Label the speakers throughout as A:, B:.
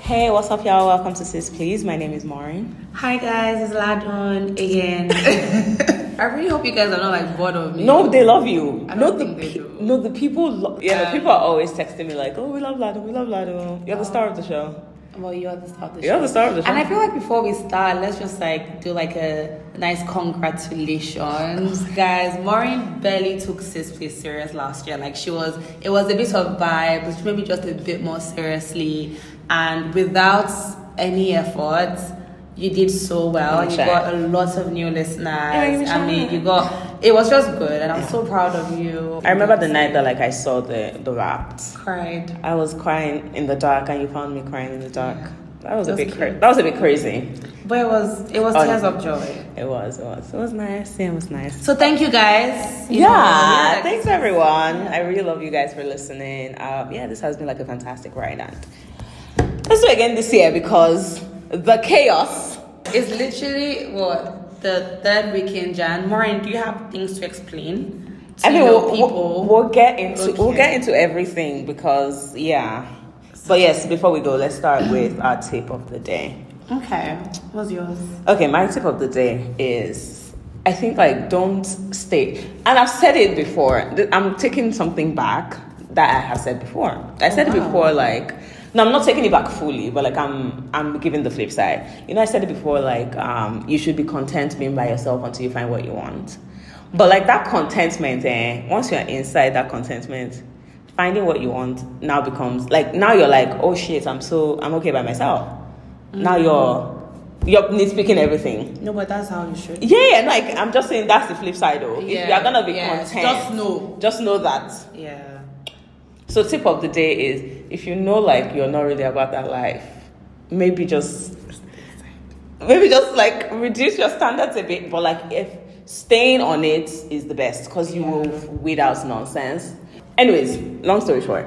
A: Hey, what's up, y'all? Welcome to Sis Please. My name is Maureen.
B: Hi guys, it's Ladon again. I really hope you guys are not like bored of me.
A: No, they love you.
B: I don't
A: no, the
B: think they
A: pe-
B: do.
A: no, the people. Lo- yeah, the
B: Um,
A: people are always texting me like, "Oh, we love Lado. We love Lado. You're the star of the show.
B: Well, you're the star of the show.
A: You're the star of the show."
B: And I feel like before we start, let's just like do like a nice congratulations, guys. Maureen barely took Sis Please serious last year. Like she was, it was a bit of vibes, maybe just a bit more seriously, and without any effort, you did so well.
A: Give me
B: You
A: a shout.
B: got a lot of new listeners.
A: give me a
B: I mean,
A: shout.
B: you got. It was just good, and I'm so proud of you.
A: I remember the night that like I saw the the wrapped.
B: cried.
A: I was crying in the dark, and you found me crying in the dark. That was a
B: That's
A: bit. Cra-
B: cute.
A: that was a bit crazy.
B: But it was it was
A: Oh,
B: tears
A: yeah.
B: of joy.
A: It was. It was. It was nice. Yeah, it was nice.
B: So thank you guys. You
A: yeah,
B: know, like-
A: thanks everyone. I really love you guys for listening. Um, yeah, this has been like a fantastic ride, and let's do it again this year because the chaos.
B: It's literally what the third weekend, Jan. Maureen, do you have things to explain? To
A: I mean,
B: your
A: we'll,
B: people.
A: we'll, we'll get into we'll
B: Okay.
A: get into everything because yeah. But yes, before we go, let's start with our tip of the day.
B: okay, what's yours?
A: Okay, my tip of the day is I think like don't stay. And I've said it before. Th- I'm taking something back that I have said before. I said it
B: Oh, wow.
A: before like no, I'm not taking it back fully, but like I'm I'm giving the flip side. You know, I said it before like um you should be content being by yourself until you find what you want. But like that contentment, eh, once you're inside that contentment, finding what you want now becomes like now you're like, oh shit, I'm so I'm okay by myself.
B: Mm-hmm.
A: Now you're you're nitpicking everything.
B: No, but that's how you should.
A: Yeah, and like I'm just saying that's the flip side though. if
B: Yeah,
A: you're gonna be
B: yes,
A: content,
B: just know.
A: Just know that.
B: Yeah.
A: So tip of the day is if you know like you're not really about that life, maybe just maybe just like reduce your standards a bit. But like if staying on it is the best because you will weed out nonsense. Anyways, long story short,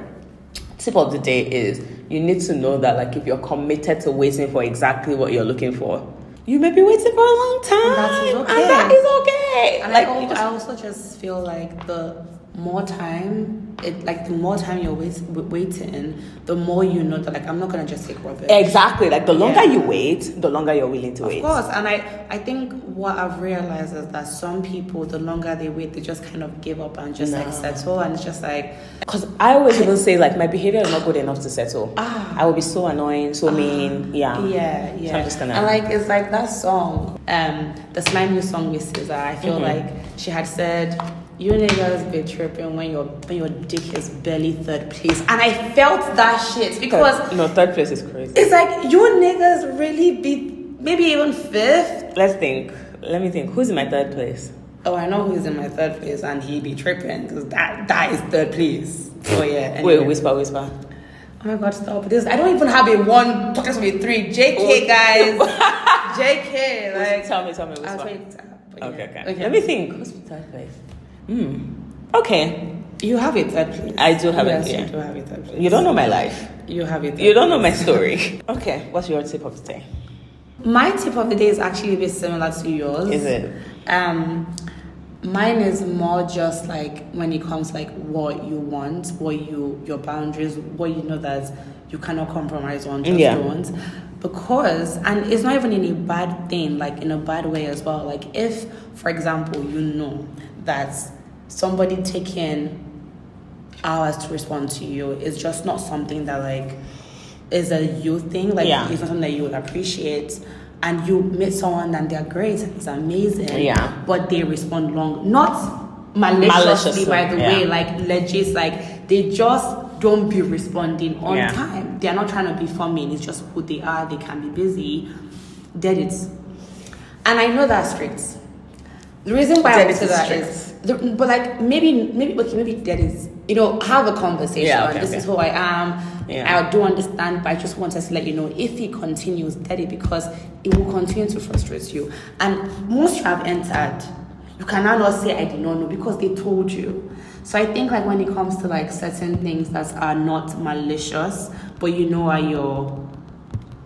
A: tip of the day is you need to know that like if you're committed to waiting for exactly what you're looking for. You may be waiting for a long time,
B: that's okay.
A: and that is okay.
B: And
A: like,
B: I,
A: you
B: al-
A: just-
B: I also just feel like the more time, it like the more time you're wait, waiting, the more you know that like I'm not gonna just take Robert.
A: Exactly. Like the longer
B: Yeah.
A: you wait, the longer you're willing to wait.
B: Of course, and I, I think what I've realized is that some people, the longer they wait, they just kind of give up and just
A: No.
B: like settle, and it's just like,
A: Because I always even say like my behavior is not good enough to settle.
B: Ah.
A: I will be so annoying, so mean. Yeah.
B: yeah, yeah.
A: So I'm just gonna.
B: And like, it's like that song, um, the slime new song with SZA. I feel like she had said, "You niggas be tripping when your when your dick is barely third place," and I felt that shit because
A: no third place is crazy.
B: it's like you niggas really be maybe even fifth.
A: Let's think. Let me think. Who's in my third place?
B: Oh, I know who's in my third place, and he be tripping because that that is third place. Oh yeah.
A: Wait,
B: anyway.
A: whisper, whisper.
B: Oh my god, stop this! I don't even have a one. Podcast will be three.
A: Oh.
B: JK guys. JK like.
A: tell me, tell me, whisper.
B: I'll tell you later, but yeah.
A: okay, uh, okay, Let me think. Who's my third place? Hmm. Okay.
B: You have a third place.
A: I do have a-
B: yes,
A: yeah.
B: You do have a third place.
A: You don't know my life.
B: You have a third
A: You don't know
B: place.
A: my story. okay. What's your tip of the day?
B: My tip of the day is actually a bit similar to yours.
A: Is it?
B: Um, mine is more just like when it comes like what you want, what you your boundaries, what you know that you cannot compromise on, just
A: Yeah.
B: don't. Because and it's not even in a bad thing, like in a bad way as well. Like if, for example, you know that somebody taking hours to respond to you is just not something that like is a you thing. Like
A: Yeah.
B: it's not something that you would appreciate. And you meet someone and they're great and it's amazing.
A: Yeah.
B: But they respond long, not maliciously,
A: Maliciously,
B: by the
A: yeah.
B: way. Like legit, like they just don't be responding on
A: Yeah.
B: time. They're not trying to be funny. It's just who they are. They can be busy. Dead it. And I know that's strict. The reason why I
A: Dead
B: would
A: is
B: say that
A: strict.
B: is, the, but like maybe maybe okay maybe that is you know have a conversation.
A: Yeah, okay,
B: this
A: okay.
B: is who I am.
A: Yeah.
B: I do understand, but I just wanted to let you know if he continues daddy because it will continue to frustrate you. And once you have entered, you cannot not say I did not know because they told you. So I think like when it comes to like certain things that are not malicious, but you know are your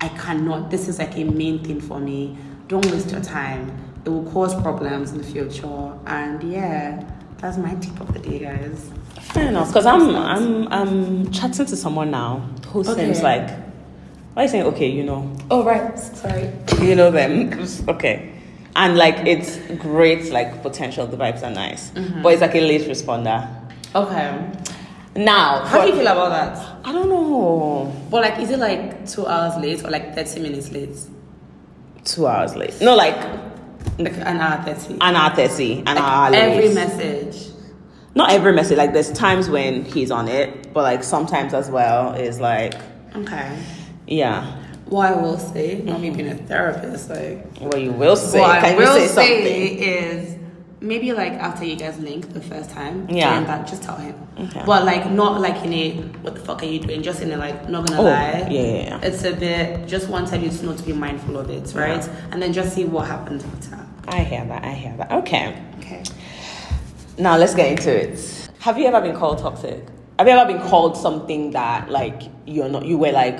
B: I cannot. This is like a main thing for me. Don't waste your time. It will cause problems in the future. And yeah, that's my tip of the day, guys.
A: Fair enough, because I'm I'm I'm chatting to someone now who
B: Okay.
A: seems like Why are you saying okay? You know,
B: Oh, right. Sorry.
A: you know them. okay, and like it's great. Like potential. The vibes are nice,
B: Mm-hmm.
A: but it's like a late responder.
B: Okay.
A: Now,
B: How do you
A: for-
B: feel about that?
A: I don't know.
B: But like, is it like two hours late or like 30 minutes late?
A: Two hours late. No, like
B: Like an hour 30.
A: an hour thirty, an hour
B: Like,
A: late.
B: every message.
A: Not every message. Like there's times when he's on it, but like sometimes as well is like
B: Okay.
A: yeah.
B: What I will say, not me being a therapist, like,
A: Well, you will say.
B: what
A: Can
B: I will
A: you say,
B: say
A: something?
B: is maybe like after you guys link the first time,
A: Yeah.
B: during that, just tell him.
A: Okay.
B: But like, not like in a what the fuck are you doing? Just in a like, not gonna
A: Oh,
B: lie.
A: yeah, yeah, yeah.
B: It's a bit, just wanted you to know to be mindful of it, right? And then just see what happens after.
A: I hear that. I hear that. Okay.
B: Okay.
A: Now let's get into it. Have you ever been called toxic? Have you ever been called something that like you're not? You were like,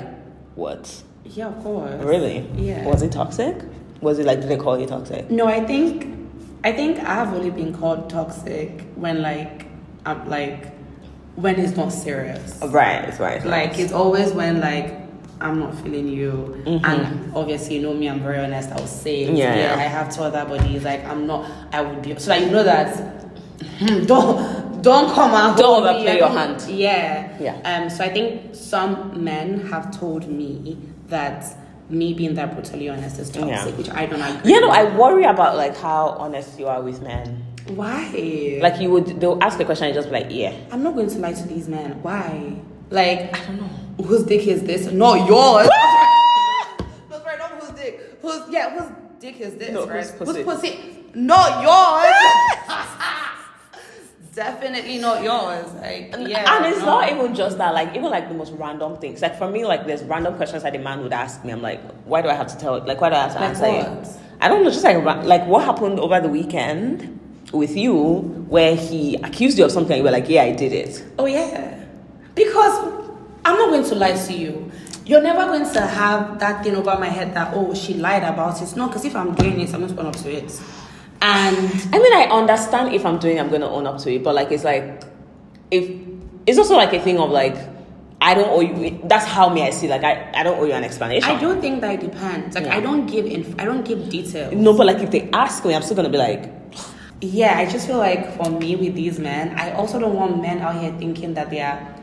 A: what?
B: Yeah, of course.
A: Really?
B: Yeah.
A: Was it toxic? Was it like did they call you toxic?
B: No, I think I think I've only been called toxic when like I'm like when it's not serious.
A: Right. Right.
B: Like it's always when like I'm not feeling you, and obviously you know me. I'm very honest. I'll say, it.
A: Mm-hmm. Yeah, yeah.
B: I have two other bodies. Like I'm not. I would be so that you know that. don't don't come out.
A: Don't overplay your hand.
B: Yeah.
A: Yeah.
B: Um. So I think some men have told me that me being that brutally honest is toxic,
A: Yeah.
B: which I don't agree.
A: You know,
B: with.
A: I worry about like how honest you are with men.
B: Why?
A: Like you would, they'll ask a question and just be like, yeah.
B: I'm not going to lie to these men. Why? Like, I don't know. Whose dick is this? No, yours. That's right, not whose dick. Whose, yeah, whose dick is this,
A: No,
B: right?
A: whose pussy.
B: Whose pussy? Not yours. Definitely not yours. Like, yeah. Uh-huh.
A: and it's
B: no.
A: not even just that, like even like the most random things. Like for me, like there's random questions that a man would ask me. I'm like, why do I have to tell? Like why do I have to
B: Like
A: answer it?
B: what?
A: I don't know. Just like ra- like what happened over the weekend with you, where he accused you of something. You were like, yeah, I did it.
B: Oh yeah, because I'm not going to lie to you. You're never going to have that thing over my head that oh she lied about it. No, because if I'm doing it, I'm not going up to it. And
A: I mean, I understand if I'm doing, I'm gonna own up to it. But like, it's like, if it's also like a thing of like, I don't owe you. That's how me I see. Like, I, I don't owe you an explanation.
B: I don't think that it depends. Like
A: Yeah.
B: I don't give inf- I don't give detail.
A: No, but like if they ask me, I'm still gonna be like,
B: Yeah, I just feel like for me with these men, I also don't want men out here thinking that they are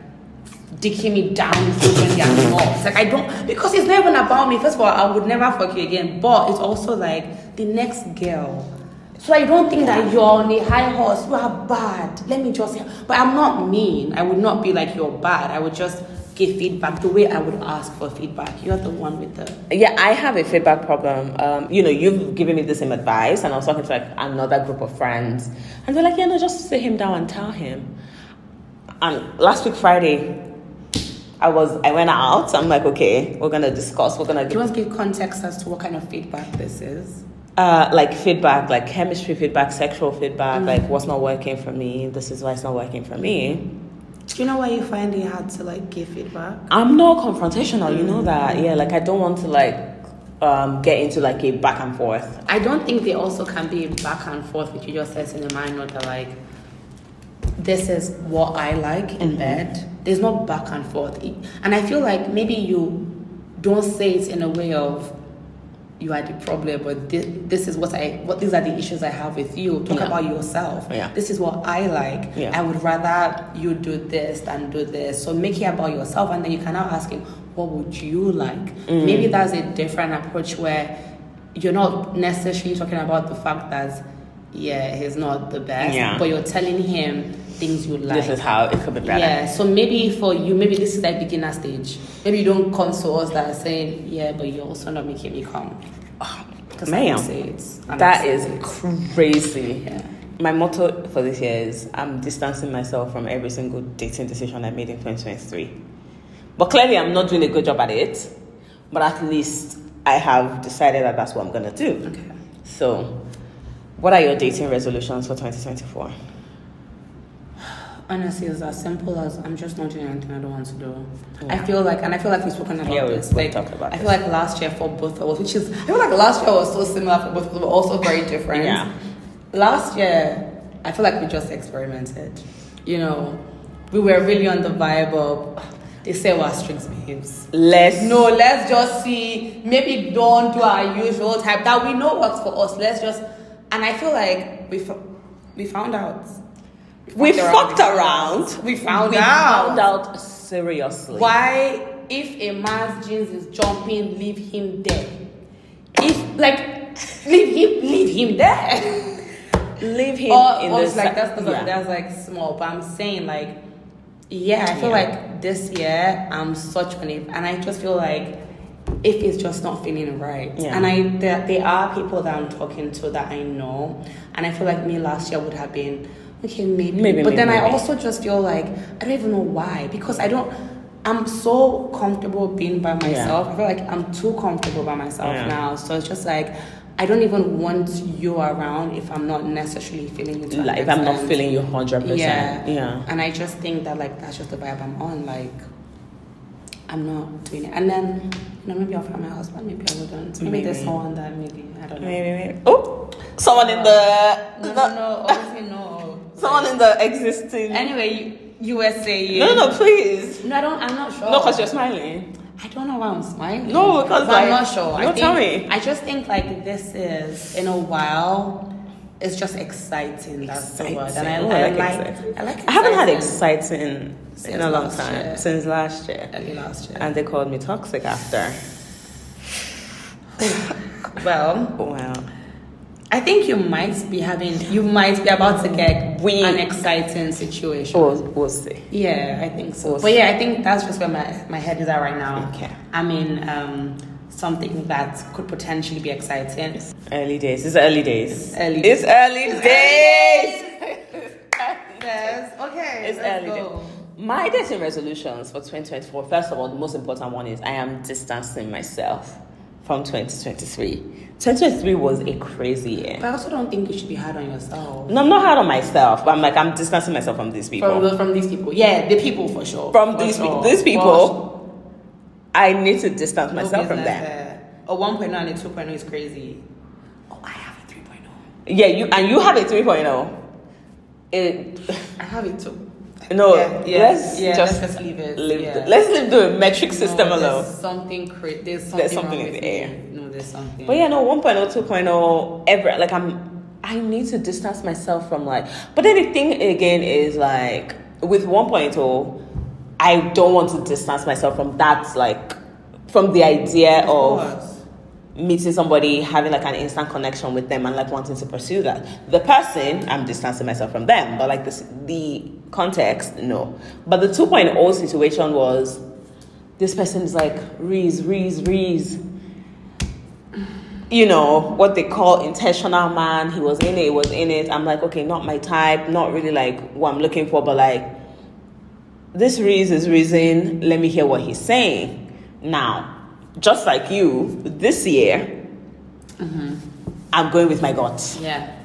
B: dicking me down when they are not. Like I don't because it's not even about me. First of all, I would never fuck you again. But it's also like the next girl. So I don't think that you're on a high horse. You are bad. Let me just but I'm not mean. I would not be like you're bad. I would just give feedback the way I would ask for feedback. You're the one with the
A: yeah, I have a feedback problem. Um, you know, you've given me the same advice, and I was talking to like another group of friends, and they're like, yeah, no, just sit him down and tell him. And last week Friday, I was I went out. I'm like, okay, we're gonna discuss. We're gonna
B: Do you want to give context as to what kind of feedback this is?
A: uh, like feedback, like chemistry feedback, sexual feedback, like what's not working for me. This is why it's not working for me.
B: Do you know why you find it hard to like give feedback?
A: I'm not confrontational, you know that. Yeah, like I don't want to like um, get into like a back and forth.
B: I don't think they also can be back and forth with you just said in the mind note that like this is what I like in bed. There's no back and forth. It- And I feel like maybe you don't say it in a way of you are the problem, but this, this is what I what these are the issues I have with you. Talk
A: Yeah.
B: about yourself.
A: Yeah.
B: This is what I like.
A: Yeah.
B: I would rather you do this than do this. So make it about yourself, and then you can now ask him, what would you like?
A: Mm.
B: Maybe that's a different approach where you're not necessarily talking about the fact that yeah, he's not the best,
A: Yeah.
B: but you're telling him things you like.
A: This is how it could be better.
B: Yeah, so maybe for you, maybe this is like beginner stage. Maybe you don't come to us that are saying, yeah, but you're also not making me come. Because
A: Oh, Ma'am, That is crazy.
B: Yeah.
A: My motto for this year is I'm distancing myself from every single dating decision I made in 2023. But clearly, I'm not doing a good job at it. But at least I have decided that that's what I'm gonna do.
B: Okay.
A: So, what are your dating resolutions for 2024?
B: Honestly, it's as simple as I'm just not doing anything I don't want to do. I feel like, and I feel like we've spoken about
A: Yeah, we-
B: this.
A: we
B: like,
A: talked about
B: I feel like last year for both of us, which is, I feel like last year was so similar for both of us, but also very different.
A: Yeah.
B: Last year, I feel like we just experimented. You know, we were really on the vibe of, They say our strength behaves.
A: Less.
B: No, let's just see. Maybe don't do our usual type that we know works for us. Let's just. And I feel like we f- we found out.
A: We fucked around.
B: We found
A: we
B: out.
A: found out seriously.
B: Why, if a man's jeans is jumping, leave him there. If like, leave him, leave him there.
A: Leave him
B: or,
A: in
B: or
A: the
B: it's like
A: si-
B: that's the,
A: yeah.
B: that's like small but i'm saying like yeah i feel
A: Yeah.
B: like this year i'm such on it and i just feel like if it's just not feeling right
A: Yeah.
B: and i there, there are people that i'm talking to that i know and i feel like me last year would have been okay maybe,
A: Maybe,
B: but then
A: maybe,
B: i
A: maybe.
B: also just feel like i don't even know why because i don't i'm so comfortable being by myself i feel like i'm too comfortable by myself
A: Yeah.
B: now so it's just like I don't even want you around if I'm not necessarily feeling it. to an
A: Like, if I'm not
B: extent.
A: feeling you hundred
B: Yeah.
A: percent. Yeah.
B: And I just think that like that's just the vibe I'm on. Like I'm not doing it. And then you know maybe I'll find my husband. Maybe I wouldn't. Maybe,
A: Maybe.
B: there's someone that maybe I don't know.
A: Maybe, maybe. Oh, someone in the,
B: No,
A: the-
B: no, no. Obviously no.
A: someone in the existing.
B: Anyway, you, you were saying.
A: No, no, no, please.
B: No, I don't. I'm not sure.
A: No, because you're smiling.
B: I don't know why I'm smiling.
A: No, 'cause,
B: But
A: like,
B: I'm not sure. I
A: no,
B: think,
A: tell me.
B: I just think like this is in a while. It's just exciting. That's the word, and I,
A: Exciting. Oh, I
B: I, like.
A: like
B: I like.
A: I haven't had
B: exciting.
A: exciting in
B: Since
A: a long
B: last
A: time
B: year.
A: since last year,
B: Early last year.
A: and they called me toxic after.
B: Well,
A: Wow.
B: I think you might be having, you might be about to get
A: We-
B: an exciting situation.
A: We'll, we'll see.
B: Yeah, I think so.
A: Awesome.
B: But yeah, I think that's just where my, my head is at right now.
A: Okay.
B: I mean, um, something that could potentially be exciting.
A: Early days. It's early days.
B: Early
A: It's early days.
B: Yes. Okay.
A: It's
B: let's
A: early
B: go.
A: days. My dating resolutions for 2024. First of all, the most important one is I am distancing myself from 2023. 2023 was a crazy year.
B: But I also don't think you should be hard on yourself.
A: No, I'm not hard on myself, but I'm like I'm distancing myself from these people.
B: From, the, from these people. Yeah, the people for sure.
A: From
B: For
A: these pe-
B: sure.
A: these
B: For
A: people,
B: sure.
A: I need to distance
B: No
A: myself from
B: business
A: them.
B: there. A 1.9 and a 2.0 is crazy. Oh, I have a 3.0.
A: Yeah, you and you have a 3.0. It
B: I have it too.
A: no,
B: Yeah, yeah,
A: let's
B: yeah,
A: just
B: let's just leave it,
A: leave the-
B: yeah.
A: let's leave the metric
B: No,
A: system
B: there's
A: alone.
B: Something cra- there's something,
A: There's something
B: wrong
A: in the
B: with me.
A: air.
B: No, there's something.
A: But yeah, no, oh, 1.0, 2.0, ever. Like, I'm, I need to distance myself from like, but then the thing again is like, with 1.0, I don't want to distance myself from that, like, from the idea of,
B: course.
A: meeting somebody, having like an instant connection with them, and like wanting to pursue that. The person, I'm distancing myself from them, but like this, the context, no. But the 2.0 situation was this person is like, Reese, Reese, Reese. You know, what they call intentional man. He was in it, he was in it. I'm like, okay, not my type, not really like what I'm looking for, but like, this reason is reason let me hear what he's saying now just like you this year i'm going with my gut
B: Mm-hmm. yeah,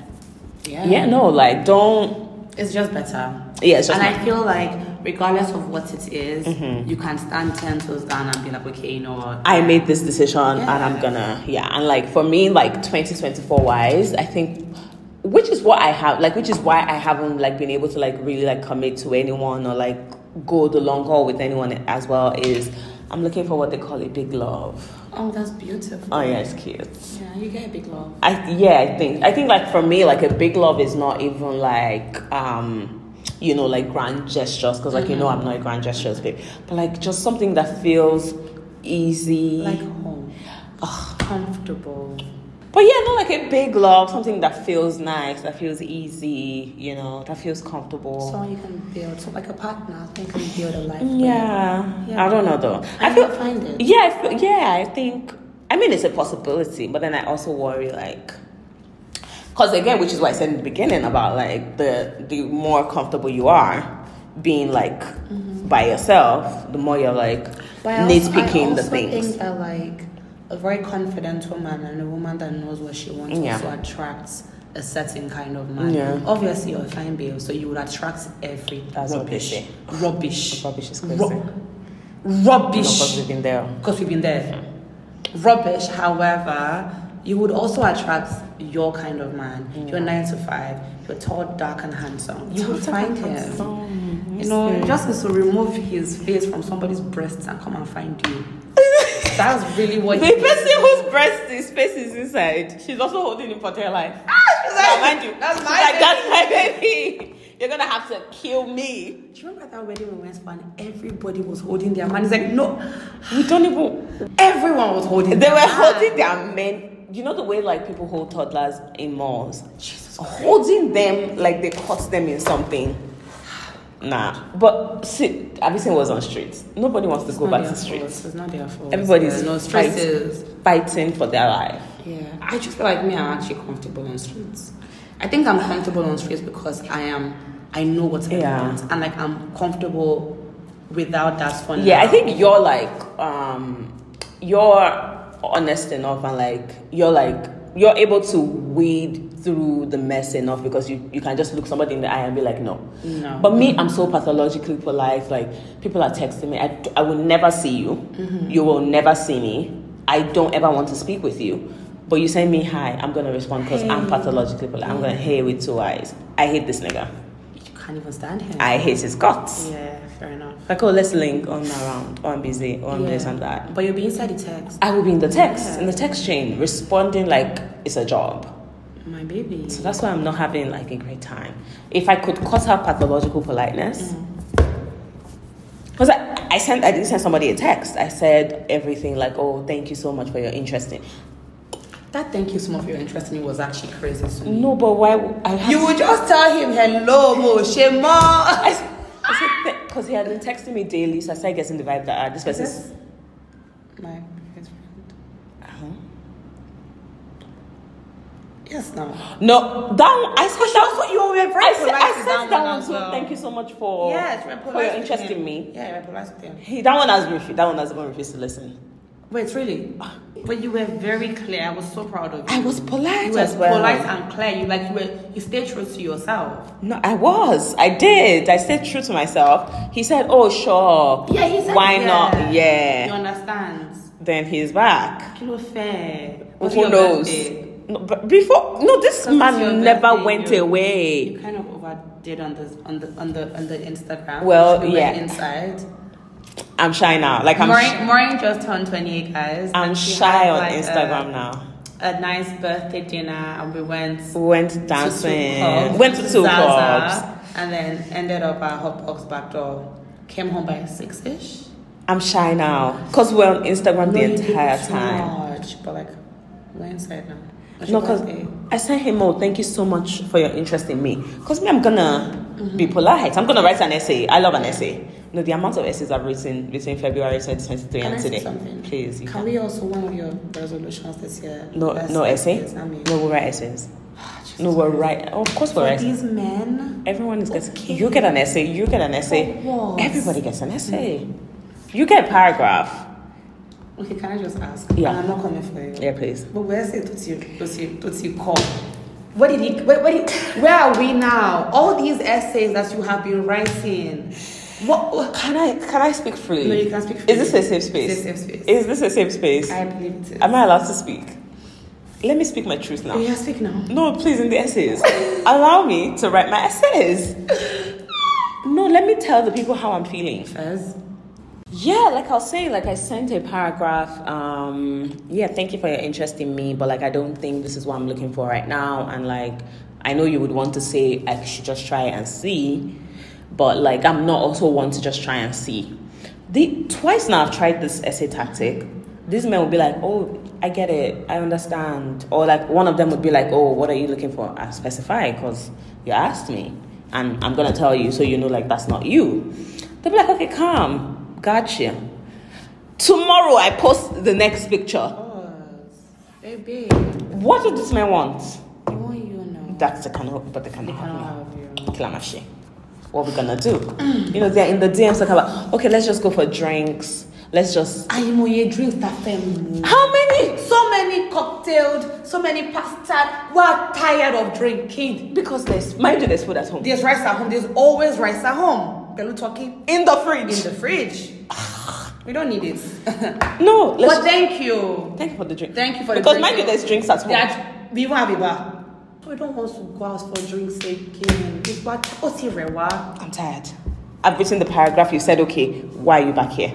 B: yeah,
A: yeah no like don't
B: It's just better.
A: Yeah, it's just Mm-hmm.
B: and I feel like regardless of what it is, you can stand ten toes down and be like, okay, you know what?
A: i made this decision and i'm
B: Yeah.
A: gonna yeah and like for me like 2024 wise i think which is what i have like which is why i haven't like been able to like really like commit to anyone or like go the long haul with anyone as well is i'm looking for what they call a big love
B: Oh, that's beautiful.
A: oh yeah it's cute
B: Yeah, you get a big love.
A: I yeah, I think I think like for me, like a big love is not even like um you know like grand gestures because like you know I'm not a grand gestures babe, but like just something that feels easy.
B: Like home, comfortable.
A: but yeah, no, like a big love, something that feels nice, that feels easy, you know, that feels comfortable.
B: Someone you can build, so like a partner, you can build a life. with.
A: yeah,
B: Yeah.
A: I don't know though.
B: I
A: I
B: feel
A: feel
B: find it.
A: yeah, I feel, yeah, I think. I mean, it's a possibility, but then I also worry like. Because again, which is what I said in the beginning about like the the more comfortable you are being like by yourself, the more you're like
B: Mm-hmm. But I also-
A: nitpicking the
B: I also
A: things.
B: think that like a very confident woman and a woman that knows what she wants
A: Yeah.
B: also attracts a certain kind of man.
A: Yeah.
B: Obviously, you're a fine babe, so you will attract every
A: That's what they
B: rubbish,
A: say.
B: rubbish,
A: Rubbish is crazy.
B: Ru- rubbish.
A: Because we've been there.
B: Because we've been there. Rubbish, however, you would also attract your kind of man.
A: Mm.
B: You're nine to five. You're tall, dark, and handsome. You
A: Tall,
B: will
A: dark,
B: find
A: and
B: him.
A: handsome.
B: You know,
A: Listen.
B: just is to remove his face from somebody's breasts and come and find you. That's really what.
A: the
B: you-
A: person whose breast is space is inside, she's also holding him for dear life. Ah, mind you,
B: That's
A: she's
B: my
A: like,
B: baby.
A: that's my baby. You're gonna have to kill me.
B: Do you remember that wedding we went for and everybody was holding their man? It's like no,
A: We don't even.
B: everyone was holding.
A: They
B: their
A: were
B: man.
A: holding their men. You know the way like people hold toddlers in malls, Jesus holding them like they caught them in something. Nah, but see, Abyssinia was on streets. Nobody wants to
B: It's
A: go
B: not
A: back
B: their
A: to
B: fault.
A: streets.
B: It's not their fault.
A: Everybody's
B: no
A: fight-
B: stresses.
A: fighting for their life.
B: Yeah, I just feel like me. I'm actually comfortable on streets. I think I'm comfortable on streets because I am. I know what I
A: Yeah.
B: want, and like I'm comfortable without that fun.
A: Yeah, I think you're like um you're honest enough and like you're like you're able to wade through the mess enough because you, you can just look somebody in the eye and be like no.
B: No.
A: But me, I'm so pathologically polite. Like people are texting me, I, d- I will never see you.
B: Mm-hmm.
A: You will never see me. I don't ever want to speak with you. But you send me hi, I'm gonna respond because I'm
B: Hey.
A: pathologically polite. I'm gonna hey with two eyes. I hate this nigga.
B: you can't even stand him.
A: I hate his guts.
B: yeah, fair enough.
A: Like oh, let's link on around. Oh, I'm busy. Oh, I'm
B: Yeah.
A: this. I'm that.
B: But you'll be inside the text.
A: I will be in the text,
B: Yeah.
A: in the text chain, responding like it's a job.
B: My baby.
A: So that's why I'm not having like a great time. If I could cut out pathological politeness,
B: Mm.
A: because I, I sent, I did send somebody a text. I said everything like, "Oh, thank you so much for your interest in."
B: That thank you so much for your interest in me was actually crazy. To me.
A: No, but why? w- I have
B: Mm. You would just tell him hello, Mo Shema.
A: because he had been texting me daily, so I started getting the vibe that uh, this person's.
B: My best friend.
A: Uh-huh.
B: Yes, now.
A: No, that one, I said that also you were
B: very
A: I said,
B: polite
A: I
B: to
A: said
B: that
A: that,
B: one
A: one
B: as
A: too.
B: well.
A: Thank you so much for
B: yes, we're
A: for
B: polite
A: your
B: with
A: interest
B: him.
A: in me.
B: Yeah, we're polite with him.
A: He, that one has refused. That one has even refused to listen.
B: Wait, really? But you were very clear. I was so proud of you.
A: I was polite
B: You were
A: as well.
B: polite and clear. You like you were you stayed true to yourself.
A: No, I was. I did. I stayed true to myself. He said, "Oh, sure.
B: Yeah, he said
A: Why
B: yeah.
A: not?
B: You
A: Yeah."
B: understand?
A: Then he's back.
B: Kilo fair.
A: Who knows? No, but before, no, this
B: Because it's your
A: man never
B: birthday,
A: went
B: you-
A: away.
B: You kind of overdid on this on the on the on the Instagram.
A: Well,
B: We went
A: yeah.
B: Inside.
A: I'm shy now. Like I'm, sh-
B: Maureen, Maureen just turned 28, guys.
A: I'm
B: and she
A: shy
B: had,
A: on
B: like, uh, a-
A: Instagram now.
B: a nice birthday dinner and we went to
A: Went
B: two
A: dancing.
B: pubs,
A: went to two
B: Zaza,
A: clubs.
B: and then ended up at Hotbox back door. Came home by six ish.
A: I'm shy now because we're on Instagram the entire time.
B: Much, but like we're inside now. What's
A: No,
B: your
A: because
B: birthday?
A: I said, hey, Mo, thank you so much for your interest in me. Because me, I'm going to
B: Mm-hmm.
A: be polite. I'm going to write an essay. I love an essay. No, the amount of essays I've written between February 2023
B: Can I
A: and
B: say
A: today.
B: something?
A: Please, you
B: can,
A: can.
B: we also one of your resolutions this year?
A: No,
B: Let's-
A: no essay?
B: let's- I mean-
A: No, we'll write essays.
B: Ah, Jesus
A: No, we'll
B: Christ.
A: write. of course, we'll
B: For
A: write.
B: these men,
A: Everyone is getting.
B: Okay.
A: You get an essay. You get an essay.
B: what?
A: Everybody gets
B: Mm-hmm.
A: an essay. You get a paragraph.
B: okay, can I just ask?
A: Yeah.
B: And I'm not coming for you.
A: Yeah, please.
B: But where's it to you, to you, to you call? What did he, where, where, did, where are we now? All these essays that you have been writing. What? what-
A: Can I can I speak freely?
B: No, you can speak freely.
A: Is this a safe space?
B: It's a safe space.
A: Is this a safe space?
B: I believe it.
A: Am I allowed to speak? Let me speak my truth now.
B: Yeah, speak now.
A: No, please, in the essays. Allow me to write my essays. No, let me tell the people how I'm feeling.
B: First,
A: Yeah, like I was saying, like I sent a paragraph. Um, yeah, thank you for your interest in me, but like I don't think this is what I'm looking for right now. And like I know you would want to say I should just try and see, but like I'm not also one to just try and see. The twice now I've tried this essay tactic. These men will be like, "Oh, I get it, I understand," or like one of them would be like, "Oh, what are you looking for?" I specify because you asked me, and I'm gonna tell you so you know like that's not you. They'll be like, okay, calm. Gotcha. Tomorrow I post the next picture.
B: pause. Baby,
A: What do this man want?
B: I want you now.
A: That's the kind of, but they can't
B: I
A: help me.
B: have you.
A: Kilamashi. What we gonna do? You know, they're in the DMs talking about, okay, let's just go for drinks. Let's just.
B: Ayimoye drinks that fem.
A: How many?
B: So many cocktails, so many pasta. We're tired of drinking.
A: Because there's, mind you, there's food at home.
B: There's rice at home. There's always rice at home. Pelu talking.
A: In the fridge.
B: in the fridge. We don't need it.
A: no, let's.
B: but thank you.
A: thank you for the drink.
B: Thank you for the
A: Because
B: drink,
A: mind you,
B: though.
A: there's drinks at home.
B: That we even have a bar. So we don't want to go out for drinks again. It's what oh, ó ti rẹ̀ wá.
A: I'm tired. I've written the paragraph. You said, okay, why are you back here?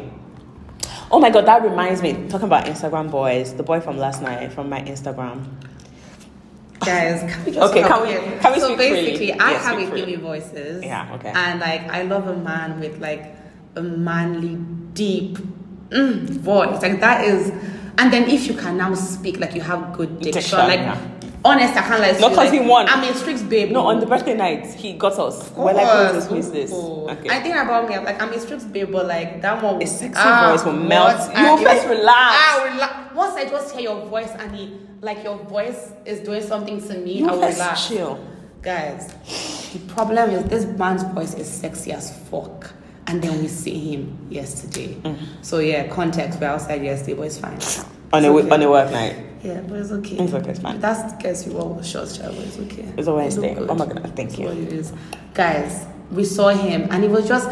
A: Oh my god, that reminds me. Talking about Instagram boys, the boy from last night from my Instagram.
B: Guys, can we just
A: Okay,
B: talk
A: can we-
B: here?
A: can we
B: so
A: speak freely?
B: basically, I
A: Yeah,
B: have
A: speak
B: a
A: freely.
B: baby voices.
A: Yeah, okay.
B: And like, I love a man with like a manly, deep mm, voice. Like that is, and then if you can now speak, like you have good diction.
A: Diction,
B: like,
A: yeah.
B: honest, I can't like.
A: Not 'cause he won.
B: I'm a strict babe.
A: No, on the birthday night, he got us.
B: Of
A: We're like, oh,
B: course.
A: this, miss this.
B: Oh.
A: Okay.
B: I think about me, I'm like, I'm a strict babe, but like, that one
A: A
B: was
A: sexy voice will melt.
B: what?
A: You will
B: And it
A: first
B: was-
A: relax.
B: I relax. Once I just hear your voice and it, like, your voice is doing something to me,
A: you
B: I will
A: first
B: relax.
A: chill.
B: Guys, the problem is this man's voice is sexy as fuck. And then we see him yesterday.
A: Mm.
B: So yeah, context, we're outside yesterday, but it's fine.
A: On a,
B: It's okay.
A: on a work night.
B: Yeah, but it's okay.
A: It's okay, it's fine.
B: That's guess you all short child, but it's okay.
A: It's a Wednesday.
B: You look
A: Oh my God, thank
B: That's
A: you.
B: What it is. Guys, we saw him and it was just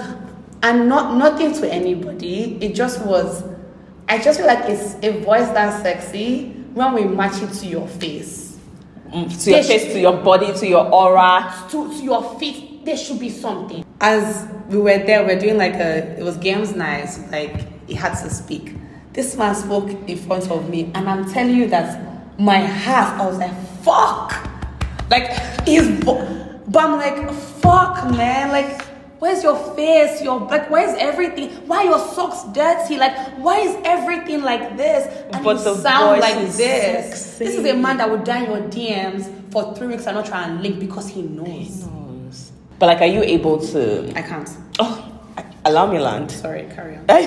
B: and not nothing to anybody. It just was I just feel like it's a voice that's sexy when we match it to your face.
A: Mm, To your
B: They should-
A: face, to your body, to your aura.
B: To, to your feet, there should be something. As we were there, we are doing like a it was games night, so, like he had to speak. This man spoke in front of me, and I'm telling you that my heart, I was like, fuck. Like his vo- but I'm like, fuck man, like where's your face? Your like where's everything? Why are your socks dirty? Like why is everything like this? And
A: But
B: you
A: the
B: sound
A: voice
B: like
A: is
B: this.
A: sexy.
B: This is a man that would die in your DMs for three weeks and not try and link because he knows.
A: But like, are you able to?
B: I can't.
A: Oh, allow me land.
B: Sorry, carry on.
A: no,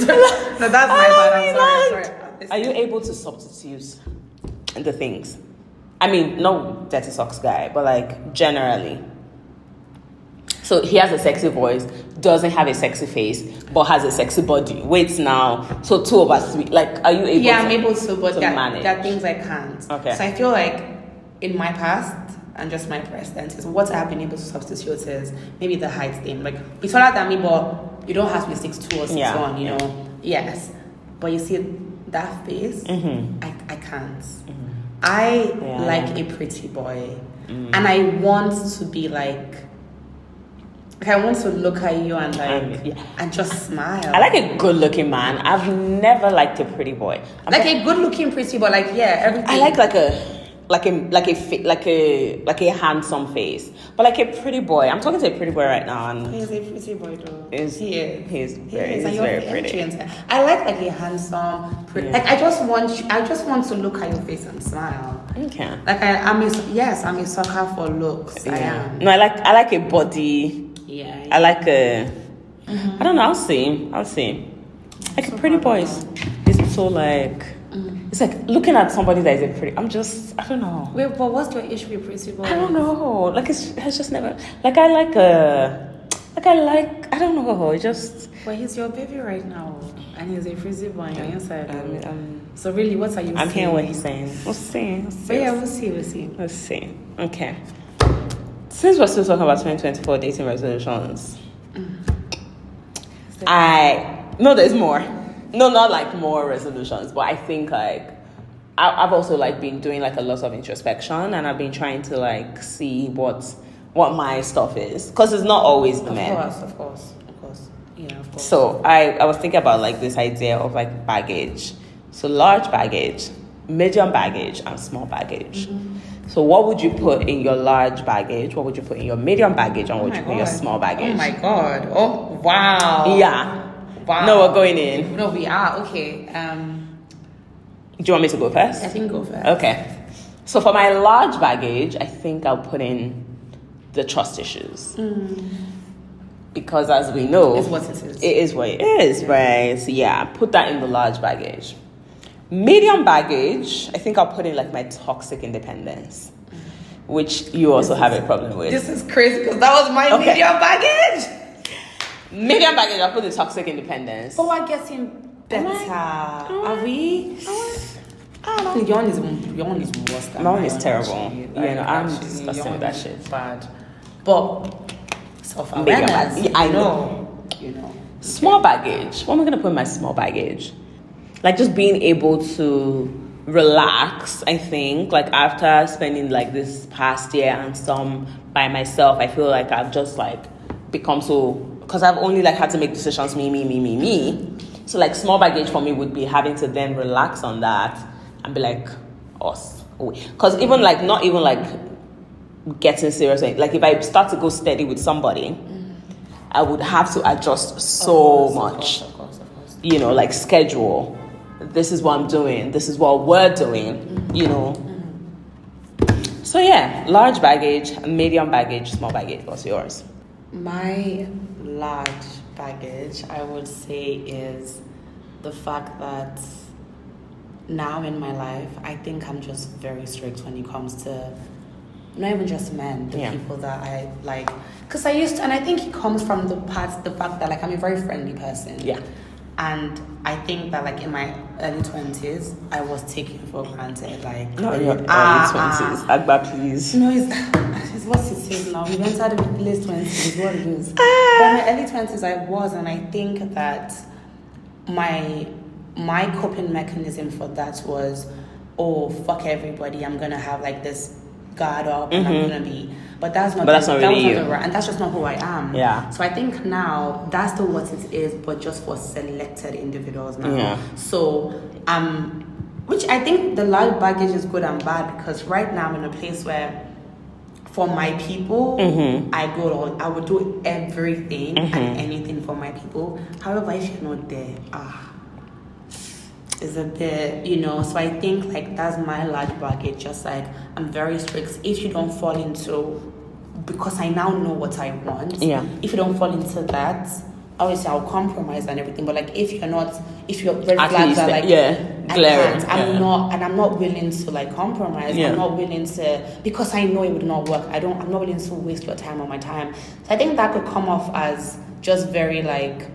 B: No, that's my bad. I'm sorry, I'm sorry.
A: Are you able to substitute the things? I mean, no dirty socks guy, but like generally. So he has a sexy voice, doesn't have a sexy face, but has a sexy body. Wait now, so two of us, we- like, are you able?
B: yeah,
A: to,
B: I'm able to, but
A: to
B: there, are-
A: manage.
B: there are things I can't.
A: Okay.
B: So I feel like in my past and just my present is what I've been able to substitute is maybe the height thing. Like you're taller than me, but you don't have to be six two or six
A: Yeah,
B: one. You
A: yeah.
B: know. Yes. But you see that face, I I can't. I
A: Mm-hmm. Yeah. Mm.
B: like a pretty boy, and I want to be like. Like I want to look at you and like
A: Um, yeah.
B: and just smile.
A: I like a good-looking man. I've never liked a pretty boy. I'm
B: like a good looking pretty, but like yeah, everything.
A: I like like a like a like a fa- like a like a handsome face, but like a pretty boy. I'm talking to a pretty boy right now, and
B: He's a pretty boy though.
A: Is-
B: he is.
A: he is very-
B: and
A: he's
B: you're
A: very
B: the
A: pretty.
B: entrance. I like like a handsome, pretty.
A: Yeah.
B: Like I just want, you, I just want to look at your face and smile.
A: okay,
B: Like I, I'm a yes, I'm a sucker for looks. I am.
A: No, I like I like a body.
B: Yeah.
A: I like a.
B: Mm-hmm.
A: I don't know. I'll see. I'll see. Like a pretty boy. is- It's so like.
B: Mm-hmm.
A: It's like looking at somebody that is a pretty. I'm just. I don't know.
B: Wait, but what's your issue with pretty boy?
A: I don't know. Like it's. It's just never. Like I like a. Like I like. I don't know. It just.
B: But he's your baby right now, and he's a pretty boy, and you're inside.
A: I'm. I'm
B: so really, what are you?
A: I'm hearing what
B: saying?
A: he's saying. We'll see. We'll see.
B: But yeah, we'll see. We'll see.
A: Let's see. Okay. Since we're still talking about 2024 dating resolutions, Mm-hmm. I no, there's more. No, not like more resolutions, but I think like I, I've also like been doing like a lot of introspection, and I've been trying to like see what what my stuff is, because it's not always the
B: Of
A: men.
B: course, of course, of course. Yeah, of course.
A: So I, I was thinking about like this idea of like baggage. So large baggage, medium baggage, and small baggage.
B: Mm-hmm.
A: So what would you put in your large baggage? What would you put in your medium baggage? And what would you put in your small baggage?
B: Oh my god. Oh wow.
A: Yeah.
B: Wow.
A: No, we're going in.
B: No, we are. Okay. Um
A: Do you want me to go first?
B: I think go first.
A: Okay. So for my large baggage, I think I'll put in the trust issues. Because as we know,
B: Mm. It's what it is.
A: It is what it is, right? So yeah, put that in the large baggage. Medium baggage, I think I'll put in like my toxic independence, which you also have a problem with.
B: This is crazy because that was my
A: Okay.
B: medium baggage.
A: medium baggage, I'll put the toxic independence.
B: But we're getting better.
A: Alright.
B: Oh Are we?
A: I
B: Your one is your one is worse than
A: My one
B: mine,
A: is terrible.
B: actually.
A: Yeah, no, I'm
B: actually,
A: disgusted
B: your
A: with
B: one
A: that
B: is
A: shit.
B: Bad. But self
A: bag-
B: awareness.
A: Yeah, I know.
B: You know.
A: Small baggage. What am I gonna put in my small baggage? like just being able to relax i think like after spending like this past year and some by myself i feel like i've just like become so because i've only like had to make decisions me me me me me so like small baggage for me would be having to then relax on that and be like us because even like not even like getting serious like if i start to go steady with somebody i would have to adjust so
B: course,
A: much
B: of course, of course, of course.
A: you know, like schedule. This is what I'm doing. This is what we're doing,
B: Mm-hmm.
A: you know. So, yeah, large baggage, medium baggage, small baggage. What's yours?
B: My large baggage, I would say, is the fact that now in my life, I think I'm just very strict when it comes to not even just men, the
A: Yeah.
B: people that I like. Because I used to, and I think it comes from the part, the fact that like I'm a very friendly person.
A: Yeah.
B: And I think that like in my early twenties, I was taken for granted. Like
A: Not your early
B: Ah, ah.
A: 20s. Agba, please.
B: No, it's, it's what it is now. We entered the late 20s, it's what it is.
A: Ah.
B: But in my early 20s, I was, and I think that my my coping mechanism for that was, oh, fuck everybody, I'm going to have like this guard up, and I'm going to be. But that's not,
A: Mm-hmm. But that's not
B: that
A: really
B: was
A: you.
B: the right, and that's just not who I am.
A: Yeah.
B: So I think now that's still what it is, but just for selected individuals now.
A: Yeah.
B: So um, which I think the large baggage is good and bad because right now I'm in a place where, for my people, I go all, I would do everything and anything for my people. However, if you're not there, ah, is a bit, you know. So I think like that's my large baggage. Just like I'm very strict. If you don't fall into, because I now know what I want.
A: Yeah.
B: If you don't fall into that, obviously I'll compromise and everything. But like if you're not, if you're red
A: At
B: flags
A: least,
B: are like
A: yeah,
B: I
A: glaring,
B: can't. I'm
A: yeah.
B: not, and I'm not willing to like compromise.
A: Yeah.
B: I'm not willing to because I know it would not work. I don't. I'm not willing to waste your time or my time. So I think that could come off as just very like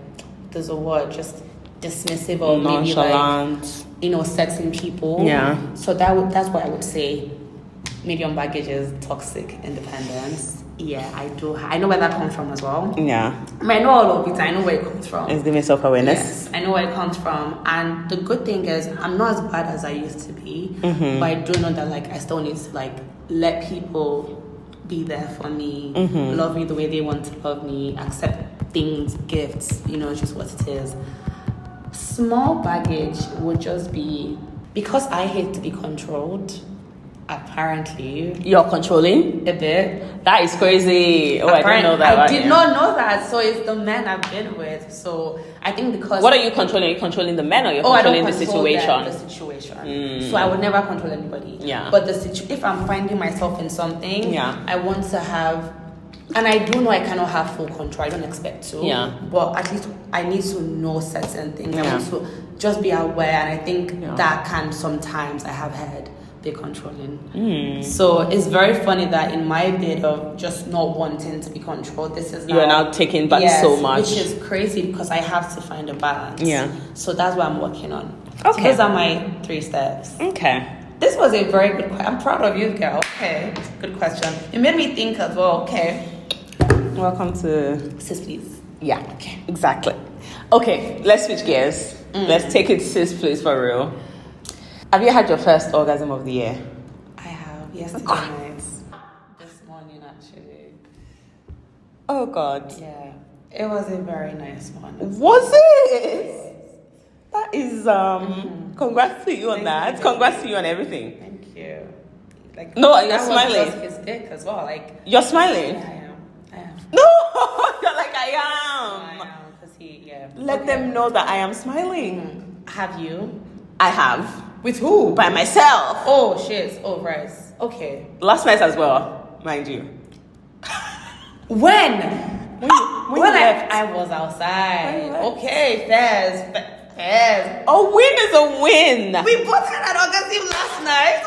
B: there's a word just dismissive or maybe like
A: Nonchalant.
B: you know certain people.
A: Yeah.
B: So that would that's what I would say. Medium baggage is toxic independence. Yeah, I do. I know where that comes from as well.
A: Yeah,
B: I, mean, I know all of it. I know where it comes from.
A: it's giving self awareness.
B: Yes, I know where it comes from. And the good thing is, I'm not as bad as I used to be,
A: Mm-hmm.
B: but I do know that like I still need to like let people be there for me,
A: Mm-hmm.
B: love me the way they want to love me, accept things, gifts. You know, it's just what it is. Small baggage would just be because I hate to be controlled. Apparently,
A: You're controlling?
B: a bit.
A: That is crazy. Oh, I didn't
B: Apparent-
A: know that.
B: I
A: about
B: did
A: you.
B: not know that. So it's the men I've been with. So I think because
A: What are you controlling? Are you controlling the men or you're controlling the
B: Oh, control them,
A: situation? Mm.
B: the situation. So I would never control anybody.
A: Yeah.
B: But the situ- if I'm finding myself in something,
A: Yeah.
B: I want to have, and I do know I cannot have full control. I don't expect to.
A: Yeah.
B: But at least I need to know certain things. I
A: Yeah.
B: want to just be aware, and I think
A: Yeah.
B: that can sometimes I have heard be controlling.
A: Mm.
B: So it's very funny that in my bit of just not wanting to be controlled, this is
A: You are now taking back
B: Yes,
A: so much.
B: which is crazy because I have to find a balance.
A: Yeah.
B: So that's what I'm working on.
A: Okay.
B: So those are my three steps.
A: okay.
B: This was a very good question. I'm proud of you, girl. Okay. Good question. It made me think as well. Okay.
A: Welcome to
B: Sis, please.
A: Yeah, exactly. Okay, let's switch gears.
B: Mm.
A: Let's take it sis, please, for real. Have you had your first orgasm of the year?
B: I have yesterday night. This morning, actually.
A: Oh God,
B: Yeah. It was a very nice one.
A: was it? That is um. Congrats to you on
B: Mm-hmm. Thank
A: that.
B: you.
A: Congrats to you on everything.
B: Thank you. Like,
A: No, you're
B: that was
A: smiling.
B: just his dick as well. Like,
A: You're
B: yeah,
A: smiling.
B: I am. I am.
A: No, you're like I
B: I
A: am.
B: am. Because he, yeah.
A: Um, Let
B: Okay. Mm-hmm.
A: them know that I am smiling.
B: Have you?
A: I have
B: With who?
A: by myself
B: Oh shit! Oh right. Okay.
A: last night as well, mind you.
B: When?
A: when
B: When,
A: you
B: I,
A: left.
B: I was outside.
A: When you left.
B: Okay, Fez, Fe- Fez.
A: A win is a win.
B: We bought it at Augustine last night.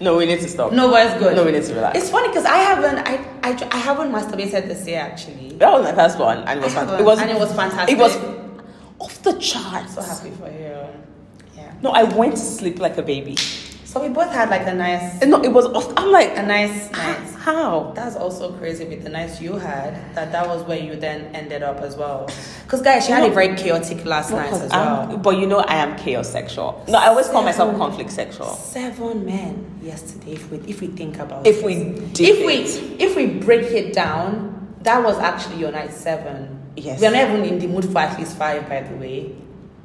A: no, we need to stop.
B: No, but it's good.
A: No, we need to relax.
B: It's funny because I haven't, I, I, I haven't masturbated this year actually.
A: That was my first one, and it was
B: I
A: fantastic.
B: haven't,
A: It was,
B: and it was fantastic.
A: It was off the charts.
B: So happy for you. Yeah.
A: No, I went to sleep like a baby.
B: So So we both had like a nice,
A: No, it was. off- I'm like,
B: a nice night.
A: how?
B: That's also crazy with the nights you had. That that was where you then ended up as well. Cause guys, she had a
A: No.
B: very chaotic last night as
A: I'm-
B: well.
A: But you know, I am chaos sexual. No, I always call myself
B: Seven.
A: conflict sexual.
B: Seven men yesterday. If we if we think about
A: If
B: it.
A: we did
B: if we if we break it down, that was actually your night seven.
A: Yes.
B: We are not even in the mood for at least five, by the way.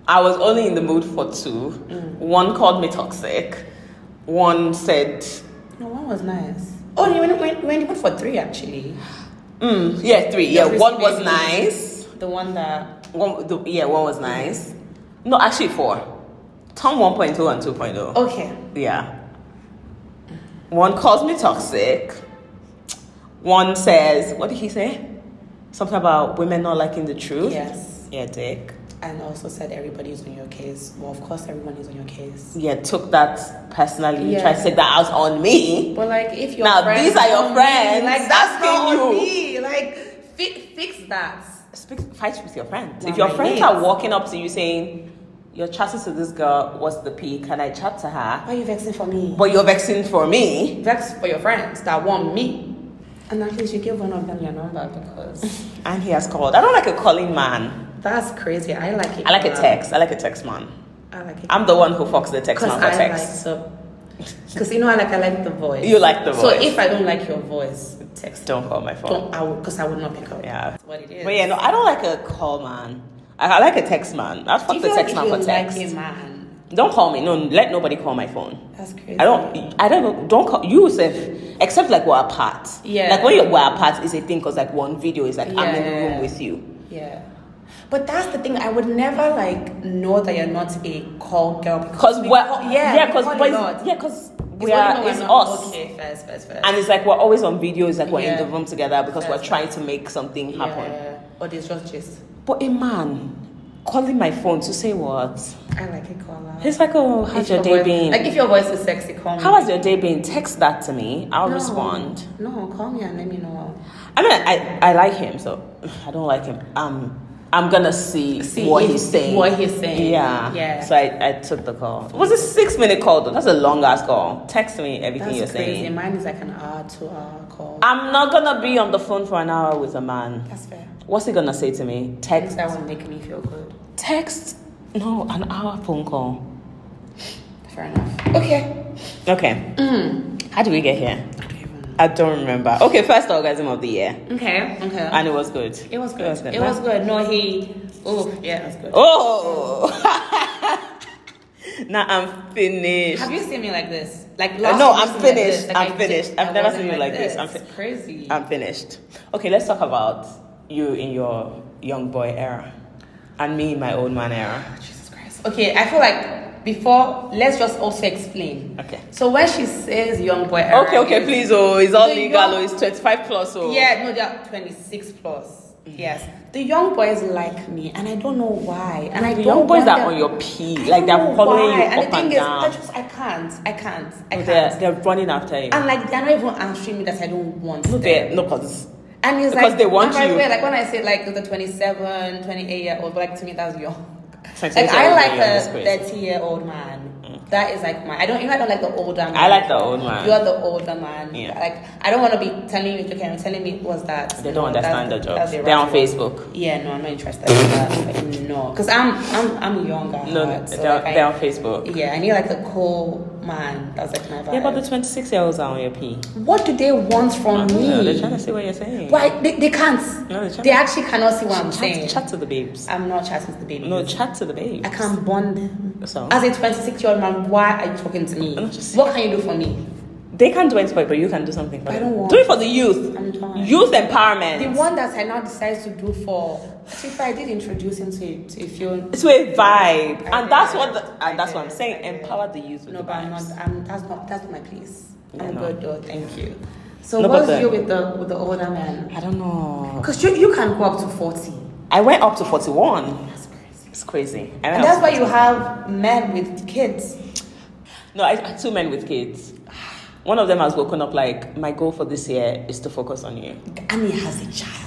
A: I was only in the mood for two.
B: Mm.
A: One called me toxic. One said,
B: No, one was nice. Oh, you went, went, went, went for three actually.
A: mm, yeah, three. Yeah,
B: Your
A: one was
B: crispy baby.
A: nice.
B: The one that
A: One, the, yeah, one was nice. No, actually four. Tom 1.0 and oh. 2.0.
B: okay.
A: Yeah. One calls me toxic. One says, what did he say? Something about women not liking the truth.
B: Yes.
A: Yeah, dick.
B: And also said everybody's on your case. Well, of course, everyone is on your case.
A: Yeah, took that personally.
B: Yeah.
A: Tried to take that out on me.
B: But like, if your
A: Now,
B: friends
A: these are your
B: on
A: friends
B: me, like that's not
A: asking
B: on
A: you.
B: me. Like, fi- fix that.
A: Speak, fight with your friends.
B: Why
A: if your
B: my
A: friends
B: legs?
A: are walking up to you saying, you're chatting to this girl, what's the P? Can I chat to her?
B: Why are you vexing for me?
A: But you're vexing for me.
B: Vex for your friends that want me. And at least you give one of them your number because
A: And he has called. I don't like a calling man.
B: that's crazy. I like it.
A: I like a
B: now.
A: text. I like a text man.
B: I like it.
A: I'm the one who fucks the text man
B: Because
A: for
B: I like
A: text.
B: so. Because you know, I like I like the voice.
A: You like the
B: So
A: voice.
B: if I don't like your voice, text.
A: Don't call my phone.
B: Don't. I would because I would not pick up.
A: Yeah.
B: That's what it is.
A: But yeah, no, I don't like a call man. I, I like a text man. I
B: Do
A: fuck
B: you
A: the
B: feel
A: text
B: like
A: man for
B: you
A: text.
B: Like a man.
A: Don't call me. No, let nobody call my phone.
B: That's crazy.
A: I don't. I don't. Don't call you, Seth. Except like we're apart.
B: Yeah.
A: Like when you're we're apart is a thing because like one video is like I'm in the
B: Yeah.
A: room with you.
B: Yeah. But that's the thing. I would never like know that you're not a call girl
A: Because
B: we
A: we're
B: call-
A: yeah
B: yeah we
A: because
B: call a lot.
A: yeah because we
B: It's only
A: are
B: when
A: it's
B: we're not-
A: us.
B: Okay, first, first, first.
A: And it's like we're always on video. It's like we're in
B: Yeah.
A: the room together because we're
B: Yes.
A: trying to make something happen.
B: Yeah. Or there's just gist.
A: But a man calling my phone to say what?
B: I like a call out.
A: He's like, oh, how's
B: If
A: your day
B: voice,
A: been?
B: Like if your voice is sexy, call me.
A: How has your day been? Text that to me. I'll
B: No.
A: respond.
B: No, call me and let me know.
A: I mean, I, I like him, so I don't like him. Um, I'm gonna see,
B: See
A: what
B: if-
A: he's saying.
B: what he's saying.
A: Yeah.
B: Yeah.
A: So I, I took the call. It was a six minute call though. That's a long ass call. Text me everything
B: That's
A: you're
B: crazy.
A: saying. Ah.
B: Mine is like an hour, two hour call.
A: I'm not gonna be on the phone for an hour with a man.
B: That's fair.
A: What's he gonna say to me?
B: Text
A: Text.
B: that would make me feel good.
A: Text. No, an hour phone call.
B: Fair enough. Okay.
A: Okay.
B: Mm.
A: How do we get here? I don't remember. Okay, first orgasm of the year,
B: Okay. Okay.
A: and it was good.
B: it was good.
A: It was good.
B: It was good. No, he. Oh, yeah, it was good.
A: Oh! now I'm finished.
B: Have you seen me like this? Like
A: Uh,
B: last
A: no,
B: time
A: I'm
B: you seen me
A: finished.
B: Like
A: I'm
B: I
A: finished.
B: did-
A: I've
B: I
A: never
B: wasn't
A: seen you like this. I'm fi-
B: crazy.
A: I'm finished. Okay, let's talk about you in your young boy era, and me in my old man era.
B: Jesus Christ. Okay, I feel like before. Let's just also explain.
A: Okay.
B: So when she says young boy, era,
A: Okay, okay,
B: it's-
A: please. Oh, it's all
B: The
A: legal.
B: young-
A: Oh, it's 25 plus. Oh,
B: Yeah, no, they are 26 plus.
A: Mm-hmm.
B: Yes. The young boys like me, and I don't know why. And I
A: The
B: don't
A: young boys
B: wonder-
A: are on your pee. Like
B: I don't
A: they're
B: know
A: following
B: why.
A: you
B: and
A: up
B: the thing
A: and
B: is,
A: down.
B: I just I can't, I can't, I
A: No,
B: can't.
A: they're they're running after you.
B: and like they're not even answering me that I don't want
A: No,
B: them.
A: they're no, cause
B: And it's
A: Because
B: like
A: they want
B: I'm right
A: you.
B: away, like when I say like the 27, 28 year old, like to me that's young. Like
A: 27
B: I
A: year
B: like
A: old is
B: a
A: crazy.
B: 30 year old man. That is like my. I don't. You know I don't like the older. man.
A: I like the old man.
B: You're the older man.
A: Yeah.
B: Like I don't want to be telling you okay. I'm telling me what's that.
A: they don't
B: No, that's
A: understand the jobs.
B: that's the
A: They're on
B: right one.
A: Facebook.
B: Yeah, no, I'm not interested in that. Like, no, because I'm I'm I'm young at
A: No,
B: heart, so,
A: they're,
B: like, I-
A: they're on Facebook.
B: Yeah, I need like a cool man. That's like my vibe.
A: Yeah, but the 26 year olds are on your pee.
B: what do they want from me?
A: No, they're trying to see what you're saying.
B: Why they, they can't?
A: No, they're trying
B: they
A: to-
B: actually cannot see what I'm
A: chat,
B: saying.
A: Chat to the babes.
B: I'm not chatting to the baby.
A: No, chat to the babes.
B: I can't bond them.
A: So?
B: As a 26 year old man, why are you talking to me?
A: I'm just-
B: What can you do for me?
A: They can't do anything, but you can do something for
B: I
A: them.
B: don't want-
A: do it for the youth.
B: I'm done.
A: Youth empowerment.
B: The one that I now decide to do for. See, if I did introduce him to a, to a few.
A: to a vibe,
B: I
A: and that's
B: did.
A: what the,
B: I
A: and that's what I'm
B: did.
A: saying.
B: I did.
A: Empower the youth with
B: No,
A: the
B: but I'm not.
A: vibes.
B: I'm, that's not. That's not my place.
A: Yeah,
B: I'm
A: no.
B: good though. Thank you. So
A: No, but
B: what's
A: the-
B: you with the with the older man?
A: I don't know.
B: Because you you can go up to 40.
A: I went up to 41.
B: That's crazy.
A: It's crazy. I went
B: And
A: up
B: that's
A: to
B: why you have men with kids.
A: No, I had two men with kids. One of them has woken up like, my goal for this year is to focus on you.
B: and he has a child.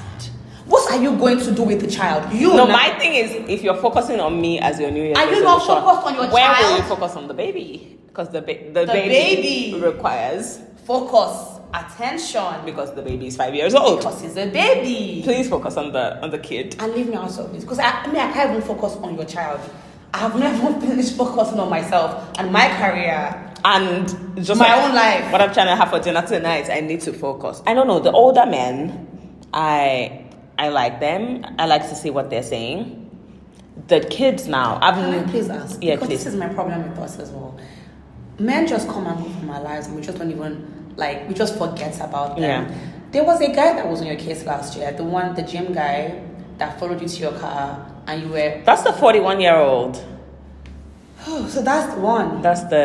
B: What are are you going to do with the child? You
A: No,
B: now-
A: my thing is, if you're focusing on me as your New Year's
B: Are you not
A: resolution,
B: focused on your
A: where will
B: child?
A: you focus on the baby? Because the, ba- the,
B: The
A: baby,
B: baby.
A: requires
B: focus, attention,
A: because the baby is five years old.
B: because he's a baby.
A: Please focus on the on the kid.
B: and leave me out of it because I, I mean I can't even focus on your child. I have never finished focusing on myself and my career.
A: And just
B: My
A: like
B: own life.
A: What I'm trying to have for dinner tonight, I need to focus. I don't know. The older men, I I like them. I like to see what they're saying. The kids now, I've
B: Can I please ask?
A: Um, Yeah,
B: because
A: please.
B: this is my problem with us as well. Men just come and go from our lives and we just don't even like we just forget about them.
A: Yeah.
B: There was a guy that was on your case last year, the one the gym guy that followed you to your car and you were
A: That's the 41 year old.
B: oh, so that's the one.
A: That's the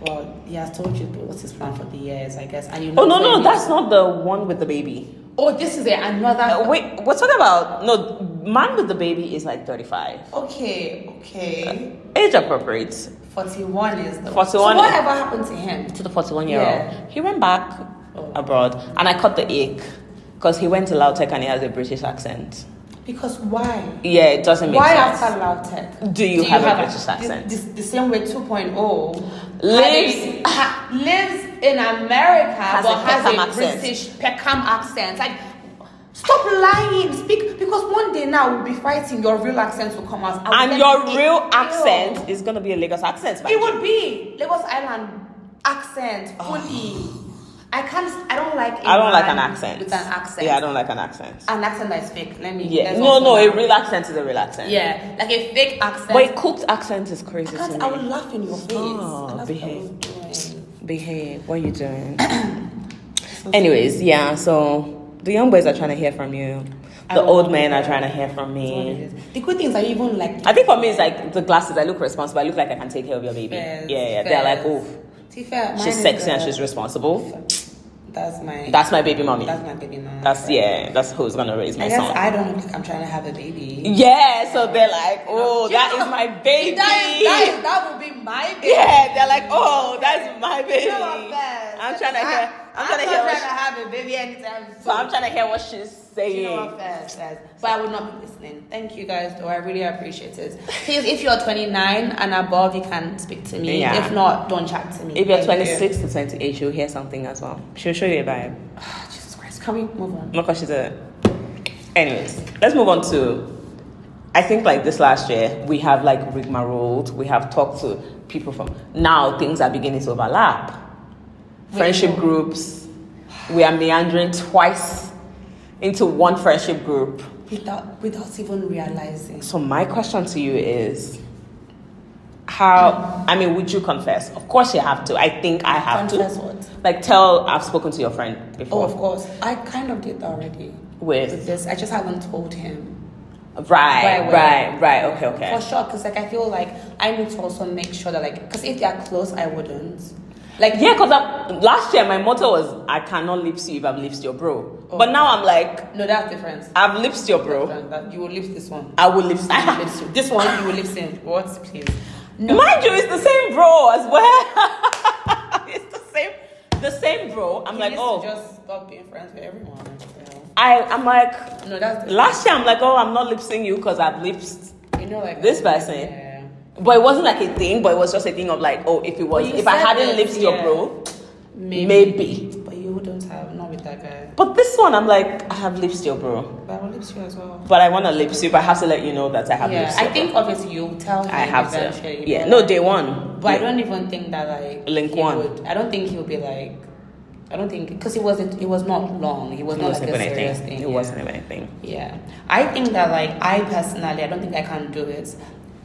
B: Well, he has told you what's his plan for the years, I guess. And you know
A: oh no no
B: when-
A: that's not the one with the baby.
B: Oh, this is a, another
A: Uh, wait, we're talking about no man with the baby is like 35.
B: Okay, okay.
A: Age appropriate
B: 41 is the
A: 41.
B: So whatever happened to him?
A: to the 41 year
B: Yeah.
A: old. He went back
B: Oh.
A: abroad and I caught the ache because he went to Lautech and he has a British accent.
B: Because why?
A: Yeah, it doesn't make
B: Why
A: sense.
B: after Lautech?
A: Do you have a British accent?
B: The, the, the same way 2.0
A: Lives-
B: ha- lives in America
A: Has
B: but
A: a
B: has
A: Peckham
B: a
A: accent.
B: British Peckham accent. Like, stop lying. Speak because one day now we'll be fighting. Your real accent will come out,
A: and
B: then
A: your
B: it-
A: real
B: Ew.
A: accent is gonna be a Lagos accent. mind
B: It
A: you.
B: would be Lagos Island accent fully. I can't. I don't like. I
A: Oh. I don't like an accent.
B: With an accent.
A: Yeah, I don't like an accent.
B: An accent that is fake. Let me.
A: Yeah,
B: let's
A: no,
B: not
A: no,
B: say
A: a
B: that.
A: real accent is a real accent.
B: Yeah, like a fake accent.
A: But a cooked accent is
B: I
A: crazy to me.
B: can't. I would laugh in your face.
A: Oh,
B: And that's what I was
A: behave.
B: doing.
A: Behave. What are you doing? Anyways, yeah. So the young boys are trying to hear from you.
B: I
A: The
B: don't
A: old
B: know.
A: men are trying to hear from
B: That's what it
A: me.
B: is. The good things are even like.
A: Mm. I think for me, it's like the glasses. I look responsible. I look like I can take care of your baby.
B: fairs,
A: yeah, yeah. They're like,
B: fairs.
A: oh,
B: To be fair, mine
A: she's
B: is,
A: sexy and
B: uh,
A: she's responsible.
B: That's my.
A: That's my baby mommy.
B: That's my baby mama.
A: That's yeah. That's who's gonna raise my
B: I guess
A: son.
B: I don't look like I'm trying to have a baby.
A: yeah. So they're like, oh, that
B: Yeah.
A: is my baby.
B: That, is, that, is, that would be my baby.
A: yeah. They're like, oh, that's my baby.
B: No offense.
A: I'm trying to
B: I-
A: hear. I'm trying to
B: not
A: hear.
B: trying
A: What
B: to
A: she,
B: have a baby anytime soon.
A: so I'm trying to hear what she's saying.
B: No offense, guys. But I would not be listening. Thank you guys, though. I really appreciate it. Please, if you're 29 and above, you can speak to me.
A: Yeah.
B: If not, don't chat to me.
A: If you're
B: Thank you.
A: 26 to 28, you'll hear something as well. She'll show you a vibe.
B: Ah, Jesus Christ, can we move on?
A: Not because she's a. Anyways, let's move on to. I think like this last year, we have like rigmarole. We have talked to people from. Now things are beginning to overlap. Friendship
B: Wait, no.
A: groups. We are meandering twice into one friendship group.
B: Without, without even realizing.
A: So my question to you is. How I mean, would you confess? Of course, you have to. I think I have
B: Confess
A: to.
B: what?
A: Like, tell I've spoken to your friend
B: Oh,
A: before.
B: of course. I kind of did that already.
A: With-
B: With this, I just haven't told him.
A: Right,
B: Right,
A: right,
B: right.
A: right. Okay, okay.
B: For sure, because like I feel like I need to also make sure that like, because if they're close, I wouldn't. Like
A: Yeah, because last year my motto was I cannot lips you if I've lips your bro.
B: Oh.
A: But now I'm like,
B: No, that's different.
A: I've lips your bro.
B: That you will lift this one.
A: I will lips.
B: You will lift it. this one you will lift in. What, please?
A: Mind you, it's the same bro as well. it's the same, the same bro. I'm
B: He
A: like,
B: needs to
A: oh,
B: just stop being friends with everyone. you
A: I, I'm like,
B: know. No, that's different.
A: last year I'm like, oh, I'm not lipsing you because I've lips.
B: you know like
A: This person.
B: Yeah.
A: But it wasn't like a thing. But it was just a thing of like, oh, if it was,
B: you
A: if I
B: said
A: hadn't
B: it,
A: lips your
B: yeah.
A: bro,
B: Maybe.
A: maybe.
B: But you wouldn't have not with that guy.
A: But this one, I'm like, I have lips your bro.
B: But I will lift you as well.
A: But I want to lips you, but I have to let you know that I have
B: yeah,
A: lips.
B: I
A: your
B: think obviously you'll tell him
A: I have
B: eventually.
A: to. Yeah,
B: but-
A: no, day one.
B: But I don't even think that like
A: Link
B: he
A: one.
B: Would, I don't think he'll be like. I don't think because it wasn't. It was not long. It was
A: It
B: not
A: wasn't
B: like a
A: even
B: serious
A: anything.
B: thing.
A: It
B: yeah.
A: wasn't even anything.
B: Yeah. I think that like I personally I don't think I can do it.